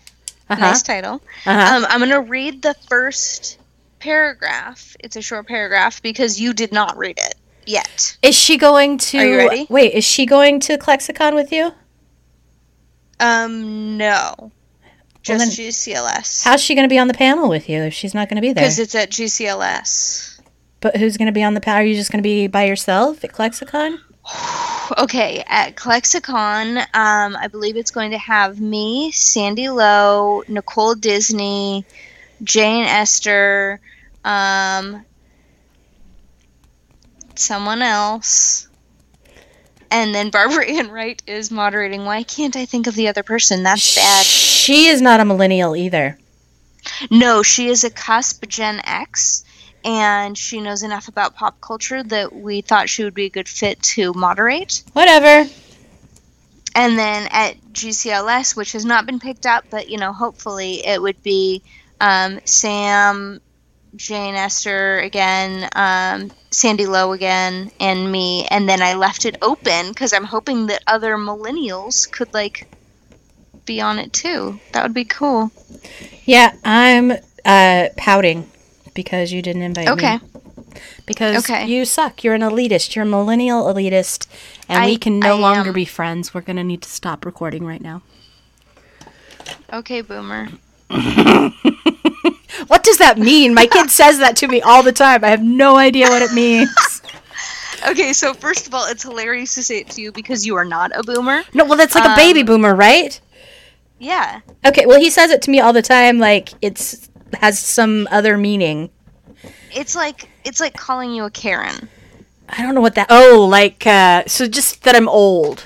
Speaker 1: Uh-huh.
Speaker 2: Nice title.
Speaker 1: Uh-huh.
Speaker 2: Um, I'm going to read the first paragraph. It's a short paragraph because you did not read it yet.
Speaker 1: Is she going to?
Speaker 2: Are you ready?
Speaker 1: Wait, is she going to Klexicon with you?
Speaker 2: Um, no. Just
Speaker 1: then-
Speaker 2: GCLS.
Speaker 1: How's she going to be on the panel with you if she's not going to be there?
Speaker 2: Because it's at GCLS.
Speaker 1: But who's going to be on the panel? Are you just going to be by yourself at Klexicon?
Speaker 2: Okay, at Klexicon, um, I believe it's going to have me, Sandy Lowe, Nicole Disney, Jane Esther, um, someone else, and then Barbara [laughs] Ann Wright is moderating. Why can't I think of the other person? That's bad.
Speaker 1: She is not a millennial either.
Speaker 2: No, she is a cusp Gen X, and she knows enough about pop culture that we thought she would be a good fit to moderate.
Speaker 1: Whatever.
Speaker 2: And then at GCLS, which has not been picked up, but you know, hopefully it would be um, Sam, Jane Esther again, um, Sandy Lowe again, and me. And then I left it open because I'm hoping that other millennials could like be on it too. That would be cool.
Speaker 1: Yeah, I'm uh, pouting because you didn't invite me.
Speaker 2: Okay.
Speaker 1: Because
Speaker 2: Okay.
Speaker 1: you suck. You're an elitist. You're a millennial elitist, and
Speaker 2: I-
Speaker 1: we can no
Speaker 2: I
Speaker 1: longer
Speaker 2: am.
Speaker 1: be friends. We're gonna need to stop recording right now.
Speaker 2: Okay, boomer.
Speaker 1: What does that mean? My [laughs] kid says that to me all the time. I have no idea what it means.
Speaker 2: Okay, so first of all, it's hilarious to say it to you because you are not a boomer.
Speaker 1: No, well, that's like a baby boomer, right?
Speaker 2: Yeah.
Speaker 1: Um, Okay, well, he says it to me all the time. Like it's has some other meaning.
Speaker 2: It's like it's like calling you a Karen.
Speaker 1: I don't know what that. Oh, like uh, so, just that I'm old.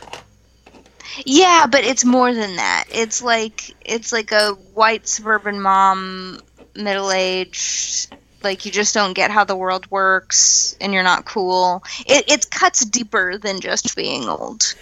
Speaker 2: Yeah, but it's more than that. It's like it's like a white suburban mom, middle aged. Like you just don't get how the world works, and you're not cool. It it cuts deeper than just being old.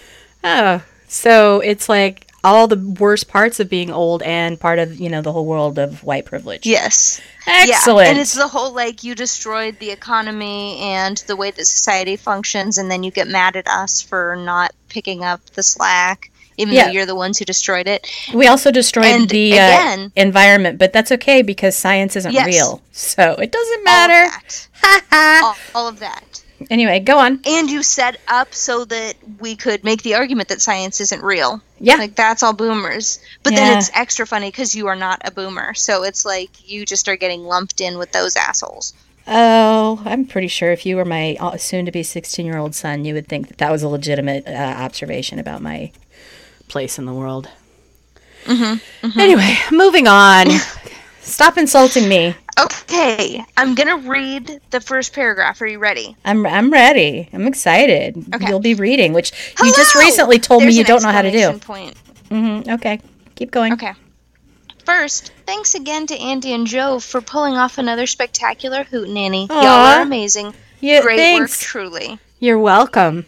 Speaker 1: Oh, so it's like all the worst parts of being old and part of you know the whole world of white privilege.
Speaker 2: Yes.
Speaker 1: Excellent.
Speaker 2: Yeah. And it's the whole like you destroyed the economy and the way that society functions, and then you get mad at us for not picking up the slack, even
Speaker 1: Yeah.
Speaker 2: though you're the ones who destroyed it.
Speaker 1: we also destroyed
Speaker 2: And
Speaker 1: the uh,
Speaker 2: again-
Speaker 1: environment, but that's okay because science isn't
Speaker 2: Yes.
Speaker 1: real, so it doesn't
Speaker 2: All of
Speaker 1: matter.
Speaker 2: that.
Speaker 1: Ha ha.
Speaker 2: All, all of that.
Speaker 1: [laughs] Anyway, go on.
Speaker 2: And you set up so that we could make the argument that science isn't real.
Speaker 1: Yeah.
Speaker 2: Like that's all boomers. But
Speaker 1: Yeah.
Speaker 2: then it's extra funny because you are not a boomer, so it's like you just are getting lumped in with those assholes.
Speaker 1: Oh, I'm pretty sure if you were my uh, soon-to-be 16-year-old son, you would think that that was a legitimate uh, observation about my place in the world.
Speaker 2: Mm-hmm,
Speaker 1: Anyway, moving on. Stop insulting me.
Speaker 2: Okay, I'm gonna read the first paragraph. Are you ready?
Speaker 1: I'm I'm ready. I'm excited.
Speaker 2: Okay.
Speaker 1: You'll be reading, which you just
Speaker 2: Hello!
Speaker 1: recently told
Speaker 2: There's
Speaker 1: me you
Speaker 2: an
Speaker 1: don't know how to do.
Speaker 2: exclamation Point.
Speaker 1: hmm Okay, keep going.
Speaker 2: Okay. First, thanks again to Andy and Joe for pulling off another spectacular hootenanny. Y'all
Speaker 1: Aw.
Speaker 2: are amazing.
Speaker 1: Yeah,
Speaker 2: Great
Speaker 1: thanks.
Speaker 2: work, truly.
Speaker 1: You're welcome.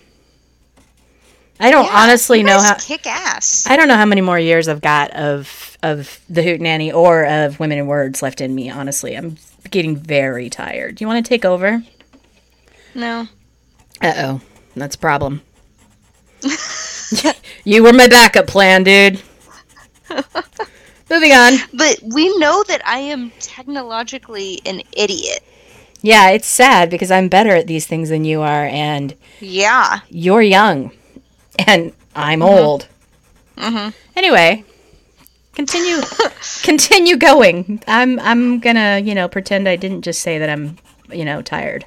Speaker 1: I don't
Speaker 2: Yeah,
Speaker 1: honestly
Speaker 2: you
Speaker 1: know
Speaker 2: guys
Speaker 1: how.
Speaker 2: Kick ass.
Speaker 1: I don't know how many more years I've got of of the hootenanny or of women in words left in me. Honestly, I'm getting very tired. Do you want to take over?
Speaker 2: no.
Speaker 1: Uh oh, that's a [laughs] problem. you were my backup plan, [laughs] dude. Moving on.
Speaker 2: But we know that I am technologically an idiot.
Speaker 1: Yeah, it's sad because I'm better at these things than you are, and
Speaker 2: Yeah.
Speaker 1: you're young, and I'm old. Mm-hmm. Anyway, continue,
Speaker 2: [laughs]
Speaker 1: continue going. I'm I'm gonna you know pretend I didn't just say that I'm you know tired.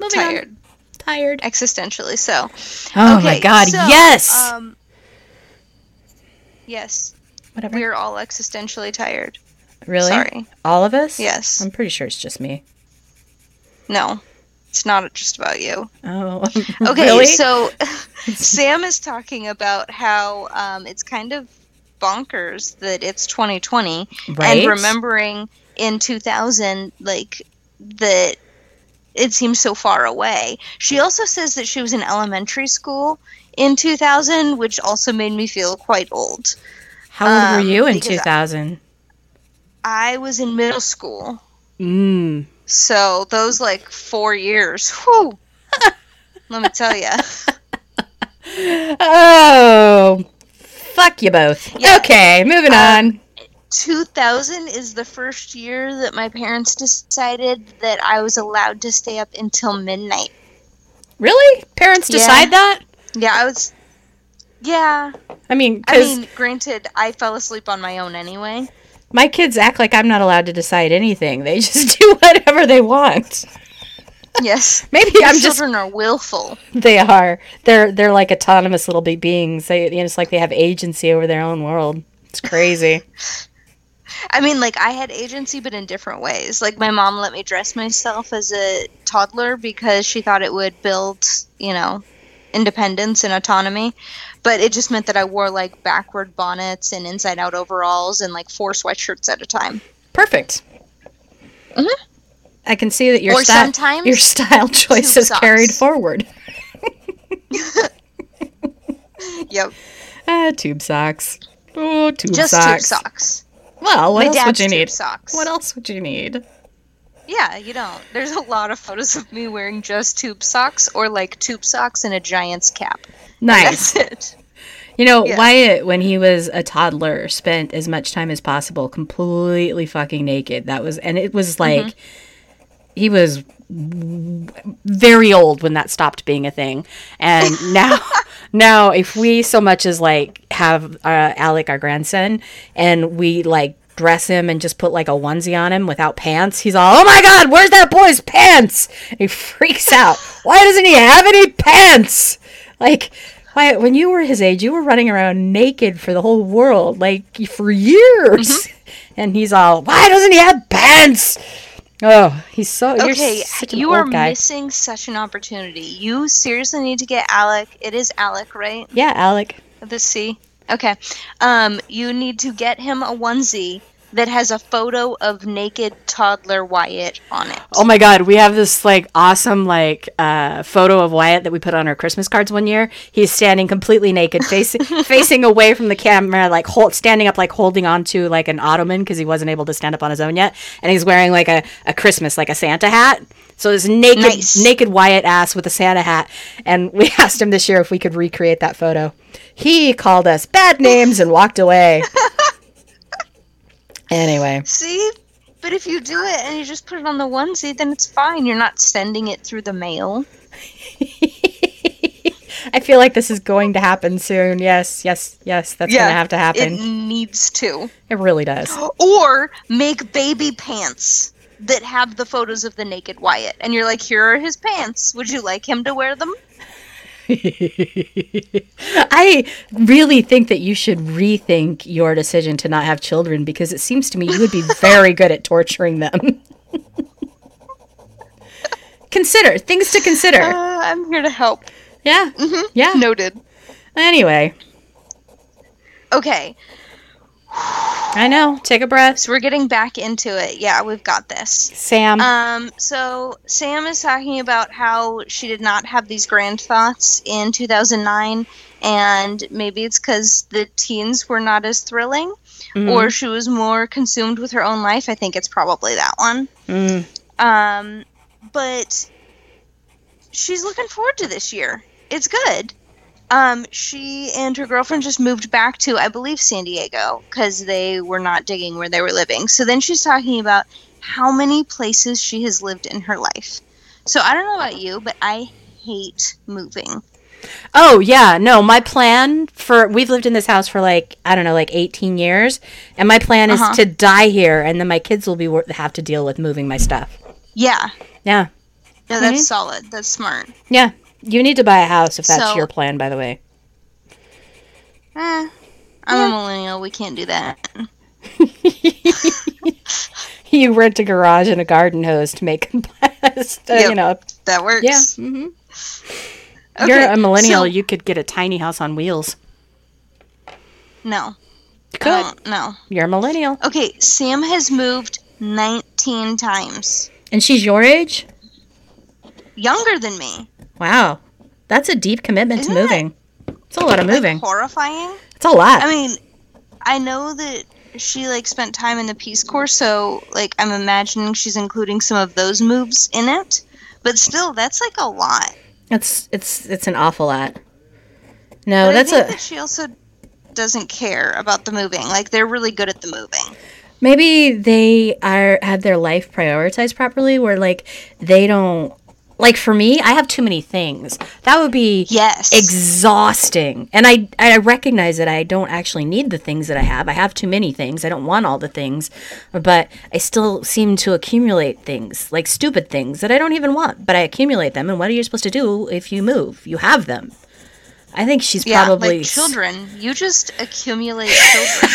Speaker 1: Moving on.
Speaker 2: Tired.
Speaker 1: Tired.
Speaker 2: Existentially so.
Speaker 1: Oh my
Speaker 2: Okay,
Speaker 1: god.
Speaker 2: so,
Speaker 1: yes.
Speaker 2: Um, yes.
Speaker 1: Whatever.
Speaker 2: We're all existentially tired.
Speaker 1: really?
Speaker 2: sorry.
Speaker 1: All of us?
Speaker 2: Yes.
Speaker 1: I'm pretty sure it's just me.
Speaker 2: No. It's not just about you.
Speaker 1: Oh. [laughs]
Speaker 2: Okay,
Speaker 1: really? [laughs]
Speaker 2: so Sam is talking about how um, it's kind of bonkers that it's 2020,
Speaker 1: Right?
Speaker 2: and remembering in 2000, like that it seems so far away. She also says that she was in elementary school in 2000, which also made me feel quite old.
Speaker 1: How old
Speaker 2: um,
Speaker 1: were you in
Speaker 2: because I-
Speaker 1: 2000?
Speaker 2: I was in middle school,
Speaker 1: Mm.
Speaker 2: so those like four years. Whew. [laughs] Let me tell you.
Speaker 1: Oh, fuck you both.
Speaker 2: Yeah. Uh,
Speaker 1: Okay, moving on.
Speaker 2: 2000 is the first year that my parents decided that I was allowed to stay up until midnight.
Speaker 1: Really? Parents
Speaker 2: yeah.
Speaker 1: decide that?
Speaker 2: Yeah, I was. Yeah,
Speaker 1: I mean,
Speaker 2: I
Speaker 1: because
Speaker 2: mean, granted, I fell asleep on my own anyway.
Speaker 1: my kids act like I'm not allowed to decide anything. They [laughs] just do whatever they want.
Speaker 2: Yes,
Speaker 1: Maybe
Speaker 2: [laughs] Your
Speaker 1: I'm just
Speaker 2: children are willful.
Speaker 1: they are. They're they're like autonomous little be- beings. They you know, it's like they have agency over their own world. It's
Speaker 2: [laughs]
Speaker 1: crazy.
Speaker 2: I mean, like I had agency, but in different ways. Like my mom let me dress myself as a toddler because she thought it would build, you know, independence and autonomy. But it just meant that I wore like backward bonnets and inside out overalls and like four sweatshirts at a time.
Speaker 1: Perfect. I can see that your
Speaker 2: Or
Speaker 1: style,
Speaker 2: sometimes
Speaker 1: your
Speaker 2: [laughs]
Speaker 1: style choice
Speaker 2: two
Speaker 1: is carried
Speaker 2: socks.
Speaker 1: forward.
Speaker 2: Yep.
Speaker 1: Ah, tube socks. Oh, tube
Speaker 2: Just tube
Speaker 1: socks.
Speaker 2: socks.
Speaker 1: Well, what
Speaker 2: My
Speaker 1: else would
Speaker 2: dad's
Speaker 1: you
Speaker 2: tube
Speaker 1: need?
Speaker 2: socks.
Speaker 1: What else would you need?
Speaker 2: Yeah, you don't. There's a lot of photos of me wearing just tube socks or like tube socks and a Giants cap.
Speaker 1: Nice.
Speaker 2: That's it.
Speaker 1: You know,
Speaker 2: Yeah.
Speaker 1: Wyatt, when he was a toddler, spent as much time as possible completely fucking naked. That was, and it was like, he was w- very old when that stopped being a thing. And [laughs] now, now if we so much as like have uh, Alec, our grandson, and we like dress him and just put like a onesie on him without pants, he's all, oh my God, where's that boy's pants? He freaks out. Why doesn't he have any pants? Like, why, when you were his age, you were running around naked for the whole world, like for years.
Speaker 2: Mm-hmm.
Speaker 1: [laughs] And he's all, why doesn't he have pants? Oh, he's so. You're
Speaker 2: Okay,
Speaker 1: such an
Speaker 2: you
Speaker 1: old
Speaker 2: are
Speaker 1: guy.
Speaker 2: missing such an opportunity. You seriously need to get Alec. It is Alec, right?
Speaker 1: yeah, Alec.
Speaker 2: The C. Okay. Um, you need to get him a onesie that has a photo of naked toddler Wyatt on it.
Speaker 1: Oh my God, we have this like awesome like uh, photo of Wyatt that we put on our Christmas cards one year. He's standing completely naked, [laughs] facing facing away from the camera, like hold, standing up, like holding onto like an ottoman because he wasn't able to stand up on his own yet, and he's wearing like a, a Christmas like a Santa hat. So this naked
Speaker 2: Nice.
Speaker 1: naked Wyatt ass with a Santa hat, and we [laughs] asked him this year if we could recreate that photo. He called us bad names and walked [laughs] away. anyway.
Speaker 2: See? But if you do it and you just put it on the onesie, then it's fine. You're not sending it through the mail.
Speaker 1: I feel like this is going to happen soon. Yes, yes, yes. That's going to have to happen.
Speaker 2: It
Speaker 1: It,
Speaker 2: needs to.
Speaker 1: really
Speaker 2: [gasps]
Speaker 1: does. [laughs]
Speaker 2: Or make baby pants that have the photos of the naked Wyatt. And you're like, here are his pants. Would you like him to wear them?
Speaker 1: I really think that you should rethink your decision to not have children because it seems to me you would
Speaker 2: [laughs]
Speaker 1: be very good at torturing them. [laughs] consider things to consider.
Speaker 2: Uh, mm-hmm. I'm here to help.
Speaker 1: Yeah. Yeah.
Speaker 2: Noted.
Speaker 1: Anyway,
Speaker 2: Okay,
Speaker 1: I know. Take a breath.
Speaker 2: so we're getting back into it. Yeah, we've got this.
Speaker 1: Sam.
Speaker 2: Um, so Sam is talking about how she did not have these grand thoughts in 2009, and maybe it's because the teens were not as thrilling,
Speaker 1: Mhm.
Speaker 2: or she was more consumed with her own life. I think it's probably that one.
Speaker 1: Mm.
Speaker 2: Um, but she's looking forward to this year. It's good. Um, she and her girlfriend just moved back to, I believe, San Diego because they were not digging where they were living. So then she's talking about how many places she has lived in her life. So I don't know about you, but I hate moving.
Speaker 1: Oh yeah, no. My plan for we've lived in this house for like I don't know, like eighteen years, and my plan is
Speaker 2: Uh-huh.
Speaker 1: to die here, and then my kids will be wor- have to deal with moving my stuff.
Speaker 2: Yeah,
Speaker 1: Yeah,
Speaker 2: no, that's solid. That's smart. Eh,
Speaker 1: yeah. You need to buy a house if that's
Speaker 2: So-
Speaker 1: your plan, by the way. [laughs]
Speaker 2: Eh, I'm a millennial. We can't do that.
Speaker 1: You rent a garage and a garden hose to make, uh, you
Speaker 2: Yep.
Speaker 1: know,
Speaker 2: That works.
Speaker 1: yeah. hmm You're
Speaker 2: Okay,
Speaker 1: a millennial.
Speaker 2: so-
Speaker 1: you could get a tiny house on wheels.
Speaker 2: no.
Speaker 1: You
Speaker 2: I
Speaker 1: Could.
Speaker 2: don't- No.
Speaker 1: You're a millennial,
Speaker 2: Okay, Sam has moved 19 times.
Speaker 1: and she's your age.
Speaker 2: Younger than me.
Speaker 1: Wow, that's a deep commitment
Speaker 2: Isn't it?
Speaker 1: It's a lot of moving.
Speaker 2: Horrifying.
Speaker 1: It's a lot.
Speaker 2: I mean, I know that she like spent time in the Peace Corps, so like I'm imagining she's including some of those moves in it. But still, that's like a lot.
Speaker 1: It's it's it's an awful lot. No,
Speaker 2: But
Speaker 1: that's
Speaker 2: I think
Speaker 1: a
Speaker 2: that she also doesn't care about the moving. Like they're really good at the moving.
Speaker 1: maybe they are have their life prioritized properly where like they don't like for me, I have too many things. That would be
Speaker 2: Yes.
Speaker 1: exhausting. And I I recognize that I don't actually need the things that I have. I have too many things. I don't want all the things, but I still seem to accumulate things, like stupid things that I don't even want, but I accumulate them. And what are you supposed to do if you move? You have them. I think she's
Speaker 2: yeah,
Speaker 1: probably
Speaker 2: like
Speaker 1: s-
Speaker 2: children. You just accumulate
Speaker 1: [laughs]
Speaker 2: children.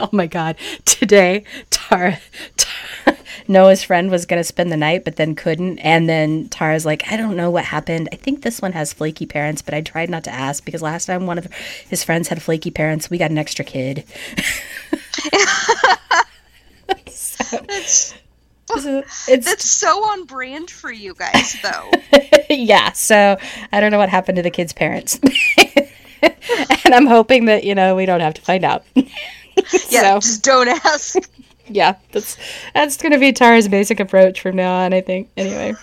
Speaker 1: Oh my God. Today, Tara, Tara- Noah's friend was going to spend the night, but then couldn't. And then Tara's like, I don't know what happened. I think this one has flaky parents, but I tried not to ask because last time one of his friends had flaky parents. We got an extra kid.
Speaker 2: That's-
Speaker 1: [laughs] This is- It's
Speaker 2: That's so on brand for you guys,
Speaker 1: [laughs]
Speaker 2: though.
Speaker 1: yeah. So I don't know what happened to the kids' parents, [laughs] and I'm hoping that you know we don't have to find out.
Speaker 2: Yeah,
Speaker 1: So-
Speaker 2: just don't ask.
Speaker 1: yeah, that's that's gonna be Tara's basic approach from now on. I think. Anyway.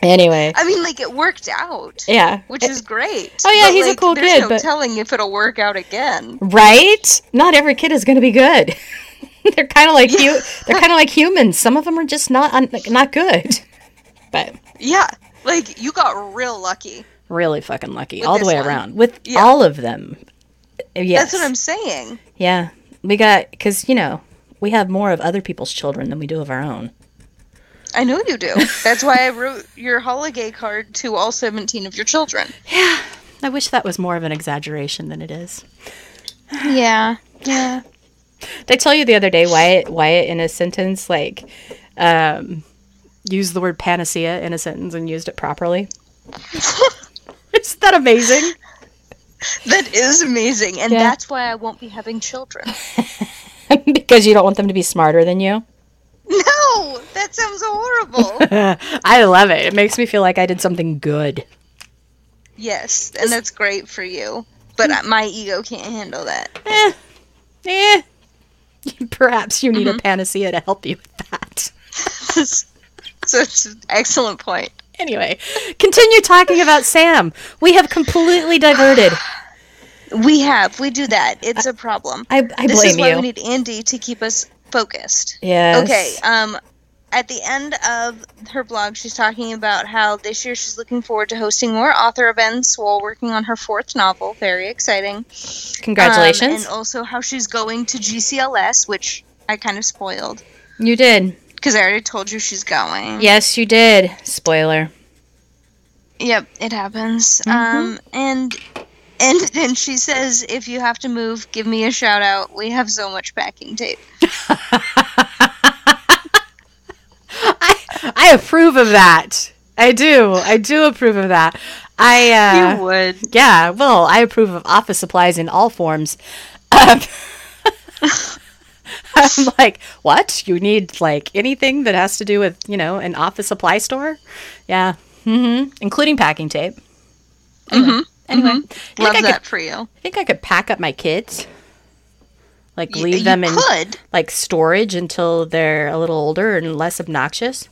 Speaker 1: Anyway.
Speaker 2: I mean, like it worked out,
Speaker 1: Yeah.
Speaker 2: which is great.
Speaker 1: Oh, yeah,
Speaker 2: but,
Speaker 1: he's a
Speaker 2: like,
Speaker 1: cool
Speaker 2: there's
Speaker 1: kid,
Speaker 2: No
Speaker 1: but-
Speaker 2: telling if it'll work out again.
Speaker 1: Right? Not every kid is going to be good. [laughs] they're kind of like you. They're kind of like humans. Some of them are just not un- not good. But
Speaker 2: Yeah, like you got real lucky.
Speaker 1: really fucking lucky
Speaker 2: With
Speaker 1: all the
Speaker 2: this
Speaker 1: way
Speaker 2: one.
Speaker 1: around with
Speaker 2: Yeah.
Speaker 1: all of them. Yes.
Speaker 2: That's what I'm saying.
Speaker 1: yeah. We got cuz you know, we have more of other people's children than we do of our own.
Speaker 2: I know you do. That's why I wrote your holiday card to all 17 of your children.
Speaker 1: I wish that was more of an exaggeration than it is.
Speaker 2: Yeah. [laughs] Yeah.
Speaker 1: Did I tell you the other day Wyatt Wyatt in a sentence like um used the word panacea in a sentence and used it properly? [laughs] Isn't that amazing?
Speaker 2: That is amazing. And
Speaker 1: Yeah.
Speaker 2: that's why I won't be having children.
Speaker 1: [laughs] because you don't want them to be smarter than you.
Speaker 2: No, that sounds
Speaker 1: [laughs]
Speaker 2: horrible.
Speaker 1: I love it. It makes me feel like I did something good.
Speaker 2: yes, and that's great for you. But uh, my ego can't handle that. [laughs]
Speaker 1: Eh. Eh. [laughs] Mm-hmm. Perhaps you need a panacea to help you with that.
Speaker 2: Such an excellent point.
Speaker 1: Anyway, continue talking about Sam. We have completely diverted.
Speaker 2: We have. We do that. It's a problem.
Speaker 1: I, I
Speaker 2: this is
Speaker 1: blame
Speaker 2: why
Speaker 1: you.
Speaker 2: we need Andy to keep us focused.
Speaker 1: [sighs] yes.
Speaker 2: Okay. Um, at the end of her blog, she's talking about how this year she's looking forward to hosting more author events while working on her fourth novel. Very exciting. Um,
Speaker 1: Congratulations.
Speaker 2: and also how she's going to GCLS, which I kind of spoiled
Speaker 1: you did.
Speaker 2: because I already told you she's going.
Speaker 1: Yes, you did. Spoiler.
Speaker 2: Yep, it happens.
Speaker 1: Mm-hmm.
Speaker 2: Um, and and then she says, if you have to move, give me a shout out. We have so much packing tape.
Speaker 1: I, I approve of that. I do. I do approve of that. I uh,
Speaker 2: you would.
Speaker 1: Yeah, well, I approve of office supplies in all forms. Um, [laughs] I'm
Speaker 2: [laughs]
Speaker 1: like, what? You need like anything that has to do with you know an office supply store? Yeah, mm-hmm. including packing tape.
Speaker 2: hmm
Speaker 1: Anyway, I,
Speaker 2: Love
Speaker 1: think I,
Speaker 2: that
Speaker 1: could,
Speaker 2: for you.
Speaker 1: I think I could pack up my kids, like
Speaker 2: Y-
Speaker 1: leave
Speaker 2: you
Speaker 1: them in
Speaker 2: could.
Speaker 1: like storage until they're a little older and less obnoxious.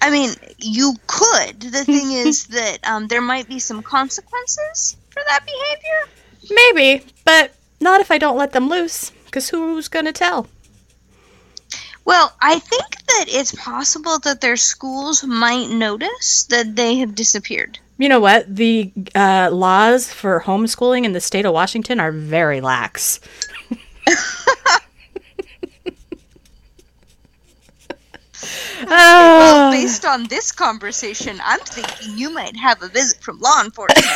Speaker 2: I mean, you could. [laughs] The thing is that um, there might be some consequences for that behavior.
Speaker 1: Maybe, but not if I don't let them loose. Because who's gonna tell?
Speaker 2: Well, I think that it's possible that their schools might notice that they have [sighs] disappeared.
Speaker 1: You know what? The uh, laws for homeschooling in the state of Washington are very lax. [laughs]
Speaker 2: Well,
Speaker 1: oh,
Speaker 2: based on this conversation, I'm thinking you might have a visit from law enforcement.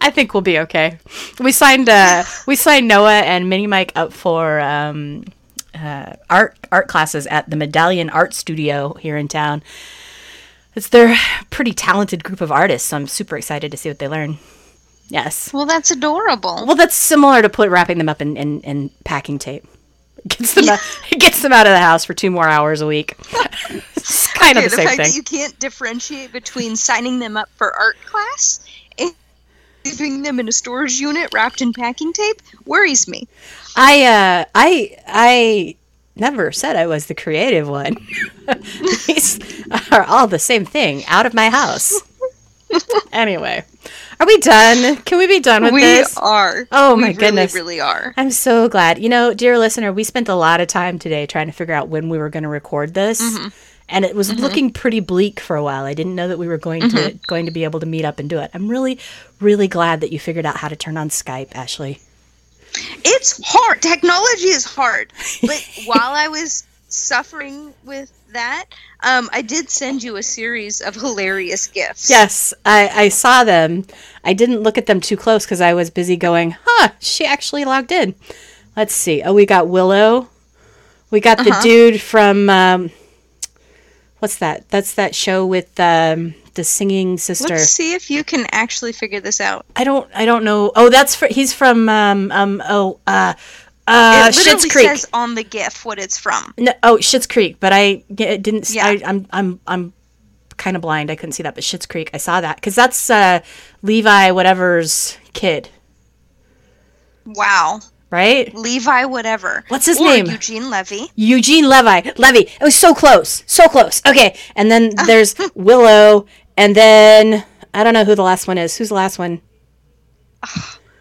Speaker 1: I think we'll be okay. We signed uh, we signed Noah and Minnie Mike up for um, uh, art art classes at the Medallion Art Studio here in town. It's their pretty talented group of artists, so I'm super excited to see what they learn. Yes.
Speaker 2: well, that's adorable.
Speaker 1: Well, that's similar to put wrapping them up in, in, in packing tape. It Gets them out, it gets them out of the house for two more hours a
Speaker 2: [laughs]
Speaker 1: week. it's kind
Speaker 2: Okay,
Speaker 1: of
Speaker 2: the
Speaker 1: the same
Speaker 2: fact
Speaker 1: thing.
Speaker 2: that you can't differentiate between signing them up for art class and leaving them in a storage unit wrapped in packing tape worries me.
Speaker 1: I uh I I never said I was the creative one. [laughs] These are all the same thing. Out of my house. anyway, are we done? Can we be done with
Speaker 2: we
Speaker 1: this?
Speaker 2: are.
Speaker 1: Oh
Speaker 2: We
Speaker 1: my
Speaker 2: really,
Speaker 1: goodness.
Speaker 2: really are.
Speaker 1: I'm so glad. You know, dear listener, we spent a lot of time today trying to figure out when we were going to record this.
Speaker 2: Mm-hmm.
Speaker 1: And it was looking pretty bleak for a while. I didn't know that we were going
Speaker 2: Mm-hmm.
Speaker 1: to going to be able to meet up and do it. I'm really really glad that you figured out how to turn on Skype, Ashley.
Speaker 2: It's hard. Technology is hard.
Speaker 1: [laughs]
Speaker 2: But while I was suffering with that, um, I did send you a series of hilarious gifts.
Speaker 1: Yes, I, I saw them. I didn't look at them too close because I was busy going, huh, she actually logged in. Let's see. Oh, we got Willow. We got
Speaker 2: Uh-huh.
Speaker 1: the dude from, um, what's that? That's that show with um, the singing sister.
Speaker 2: Let's see if you can actually figure this out.
Speaker 1: I don't, I don't know. Oh, that's for, he's from, um, um, oh, uh, Uh,
Speaker 2: it literally
Speaker 1: Schitt's Creek.
Speaker 2: says on the GIF what it's from.
Speaker 1: No, oh, Schitt's Creek, but I g- didn't. s-
Speaker 2: Yeah.
Speaker 1: I, am I'm I'm kind of blind. I couldn't see that, but Schitt's Creek, I saw that because that's uh, Levi whatever's kid,
Speaker 2: Wow.
Speaker 1: right?
Speaker 2: Levi, whatever.
Speaker 1: What's his
Speaker 2: Or
Speaker 1: name?
Speaker 2: Eugene Levy.
Speaker 1: Eugene Levi, Levy. It was so close, so close. Okay, and then there's Willow, and then I don't know who the last one is. Who's the last one?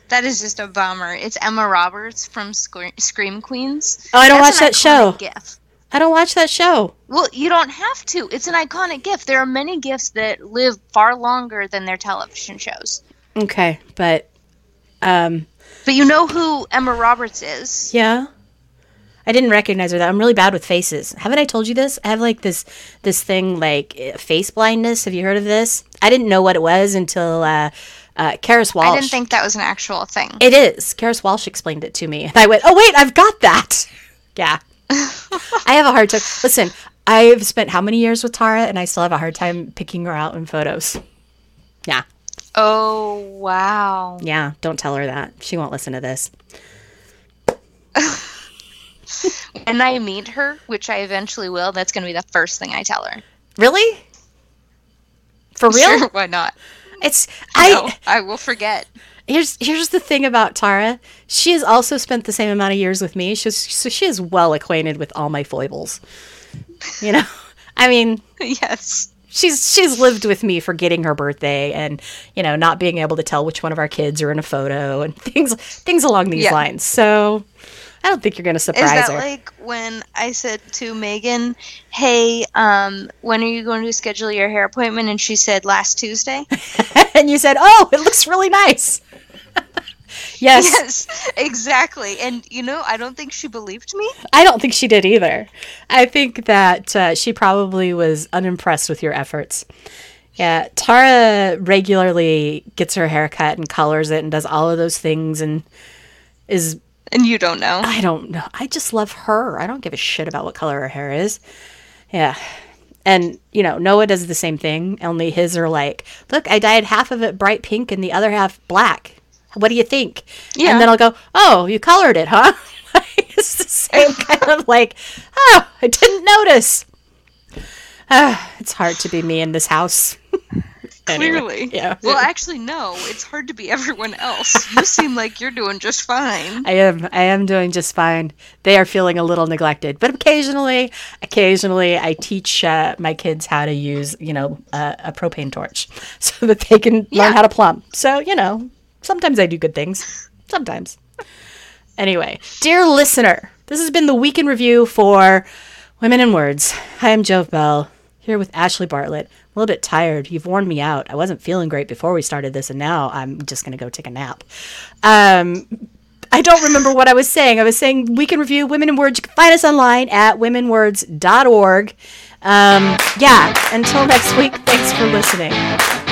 Speaker 2: That is just a bummer. It's Emma Roberts from Scre- Scream Queens.
Speaker 1: Oh, I don't
Speaker 2: That's
Speaker 1: watch
Speaker 2: an
Speaker 1: that show.
Speaker 2: iconic GIF.
Speaker 1: I don't watch that show.
Speaker 2: Well, you don't have to. It's an iconic GIF. There are many GIFs that live far longer than their television shows.
Speaker 1: Okay, but um,
Speaker 2: But you know who Emma Roberts is?
Speaker 1: yeah, I didn't recognize her. That I'm really bad with faces. Haven't I told you this? I have like this this thing like eh, face blindness. Have you heard of this? I didn't know what it was until uh, uh, Karis Walsh.
Speaker 2: I didn't think that was an actual thing.
Speaker 1: it is. Karis Walsh explained it to me, and I went, "Oh wait, I've got that." [laughs] yeah, I have a hard time. Listen, I've spent how many years with Tara, and I still have a hard time picking her out in photos. Yeah.
Speaker 2: oh, wow.
Speaker 1: Yeah, don't tell her that. She won't listen to this.
Speaker 2: And I meet her, which I eventually will. That's going to be the first thing I tell her.
Speaker 1: Really?
Speaker 2: [laughs]
Speaker 1: For real?
Speaker 2: Sure, why not?
Speaker 1: It's
Speaker 2: I,
Speaker 1: I
Speaker 2: no, I will forget. [laughs]
Speaker 1: here's here's the thing about Tara. She has also spent the same amount of years with me. She's so she is well acquainted with all my foibles. You know? [laughs] I mean,
Speaker 2: yes.
Speaker 1: she's she's lived with me for getting her birthday and, you know, not being able to tell which one of our kids are in a photo and [laughs] things things along these
Speaker 2: Yeah.
Speaker 1: lines. So I don't think you're gonna surprise
Speaker 2: Is that
Speaker 1: her.
Speaker 2: like when I said to Megan, "Hey, um, when are you going to schedule your hair appointment?" And she said, "Last Tuesday." [laughs]
Speaker 1: [laughs] and you said, Oh, it looks really nice. [laughs] yes.
Speaker 2: yes, exactly. And you know, I don't think she believed me.
Speaker 1: I don't think she did either. I think that uh, she probably was unimpressed with your efforts. Yeah, Tara regularly gets her hair cut and colors it and does all of those things and is
Speaker 2: And you don't know.
Speaker 1: I don't know. I just love her. I don't give a shit about what color her hair is. Yeah. And, you know, Noah does the same thing, only his are like, look, I dyed half of it bright pink and the other half black. What do you think?
Speaker 2: Yeah.
Speaker 1: And then I'll go, oh, you colored it, huh? [laughs] it's the
Speaker 2: [laughs]
Speaker 1: same kind of like, oh, I didn't notice. [sighs] Ah, it's hard to be me in this house. [laughs] [laughs] Anyway,
Speaker 2: Clearly.
Speaker 1: yeah.
Speaker 2: Well, actually, no. It's hard to be everyone else. You seem like you're doing just fine.
Speaker 1: I am. I am doing just fine. They are feeling a little neglected, but occasionally, occasionally, I teach uh, my kids how to use, you know, uh, a propane torch, [laughs] so that they can learn
Speaker 2: Yeah.
Speaker 1: how to plumb. So you know, sometimes I do good things. Sometimes. Anyway, dear listener, this has been the week in review for Women in Words. I am Jove Bell, here with Ashley Bartlett. I'm a little bit tired. You've worn me out. I wasn't feeling great before we started this, and now I'm just going to go take a nap. Um, I don't remember what I was saying. I was saying we can review Women in Words. You can find us online at womenwords.org. Um, yeah, until next week, thanks for listening.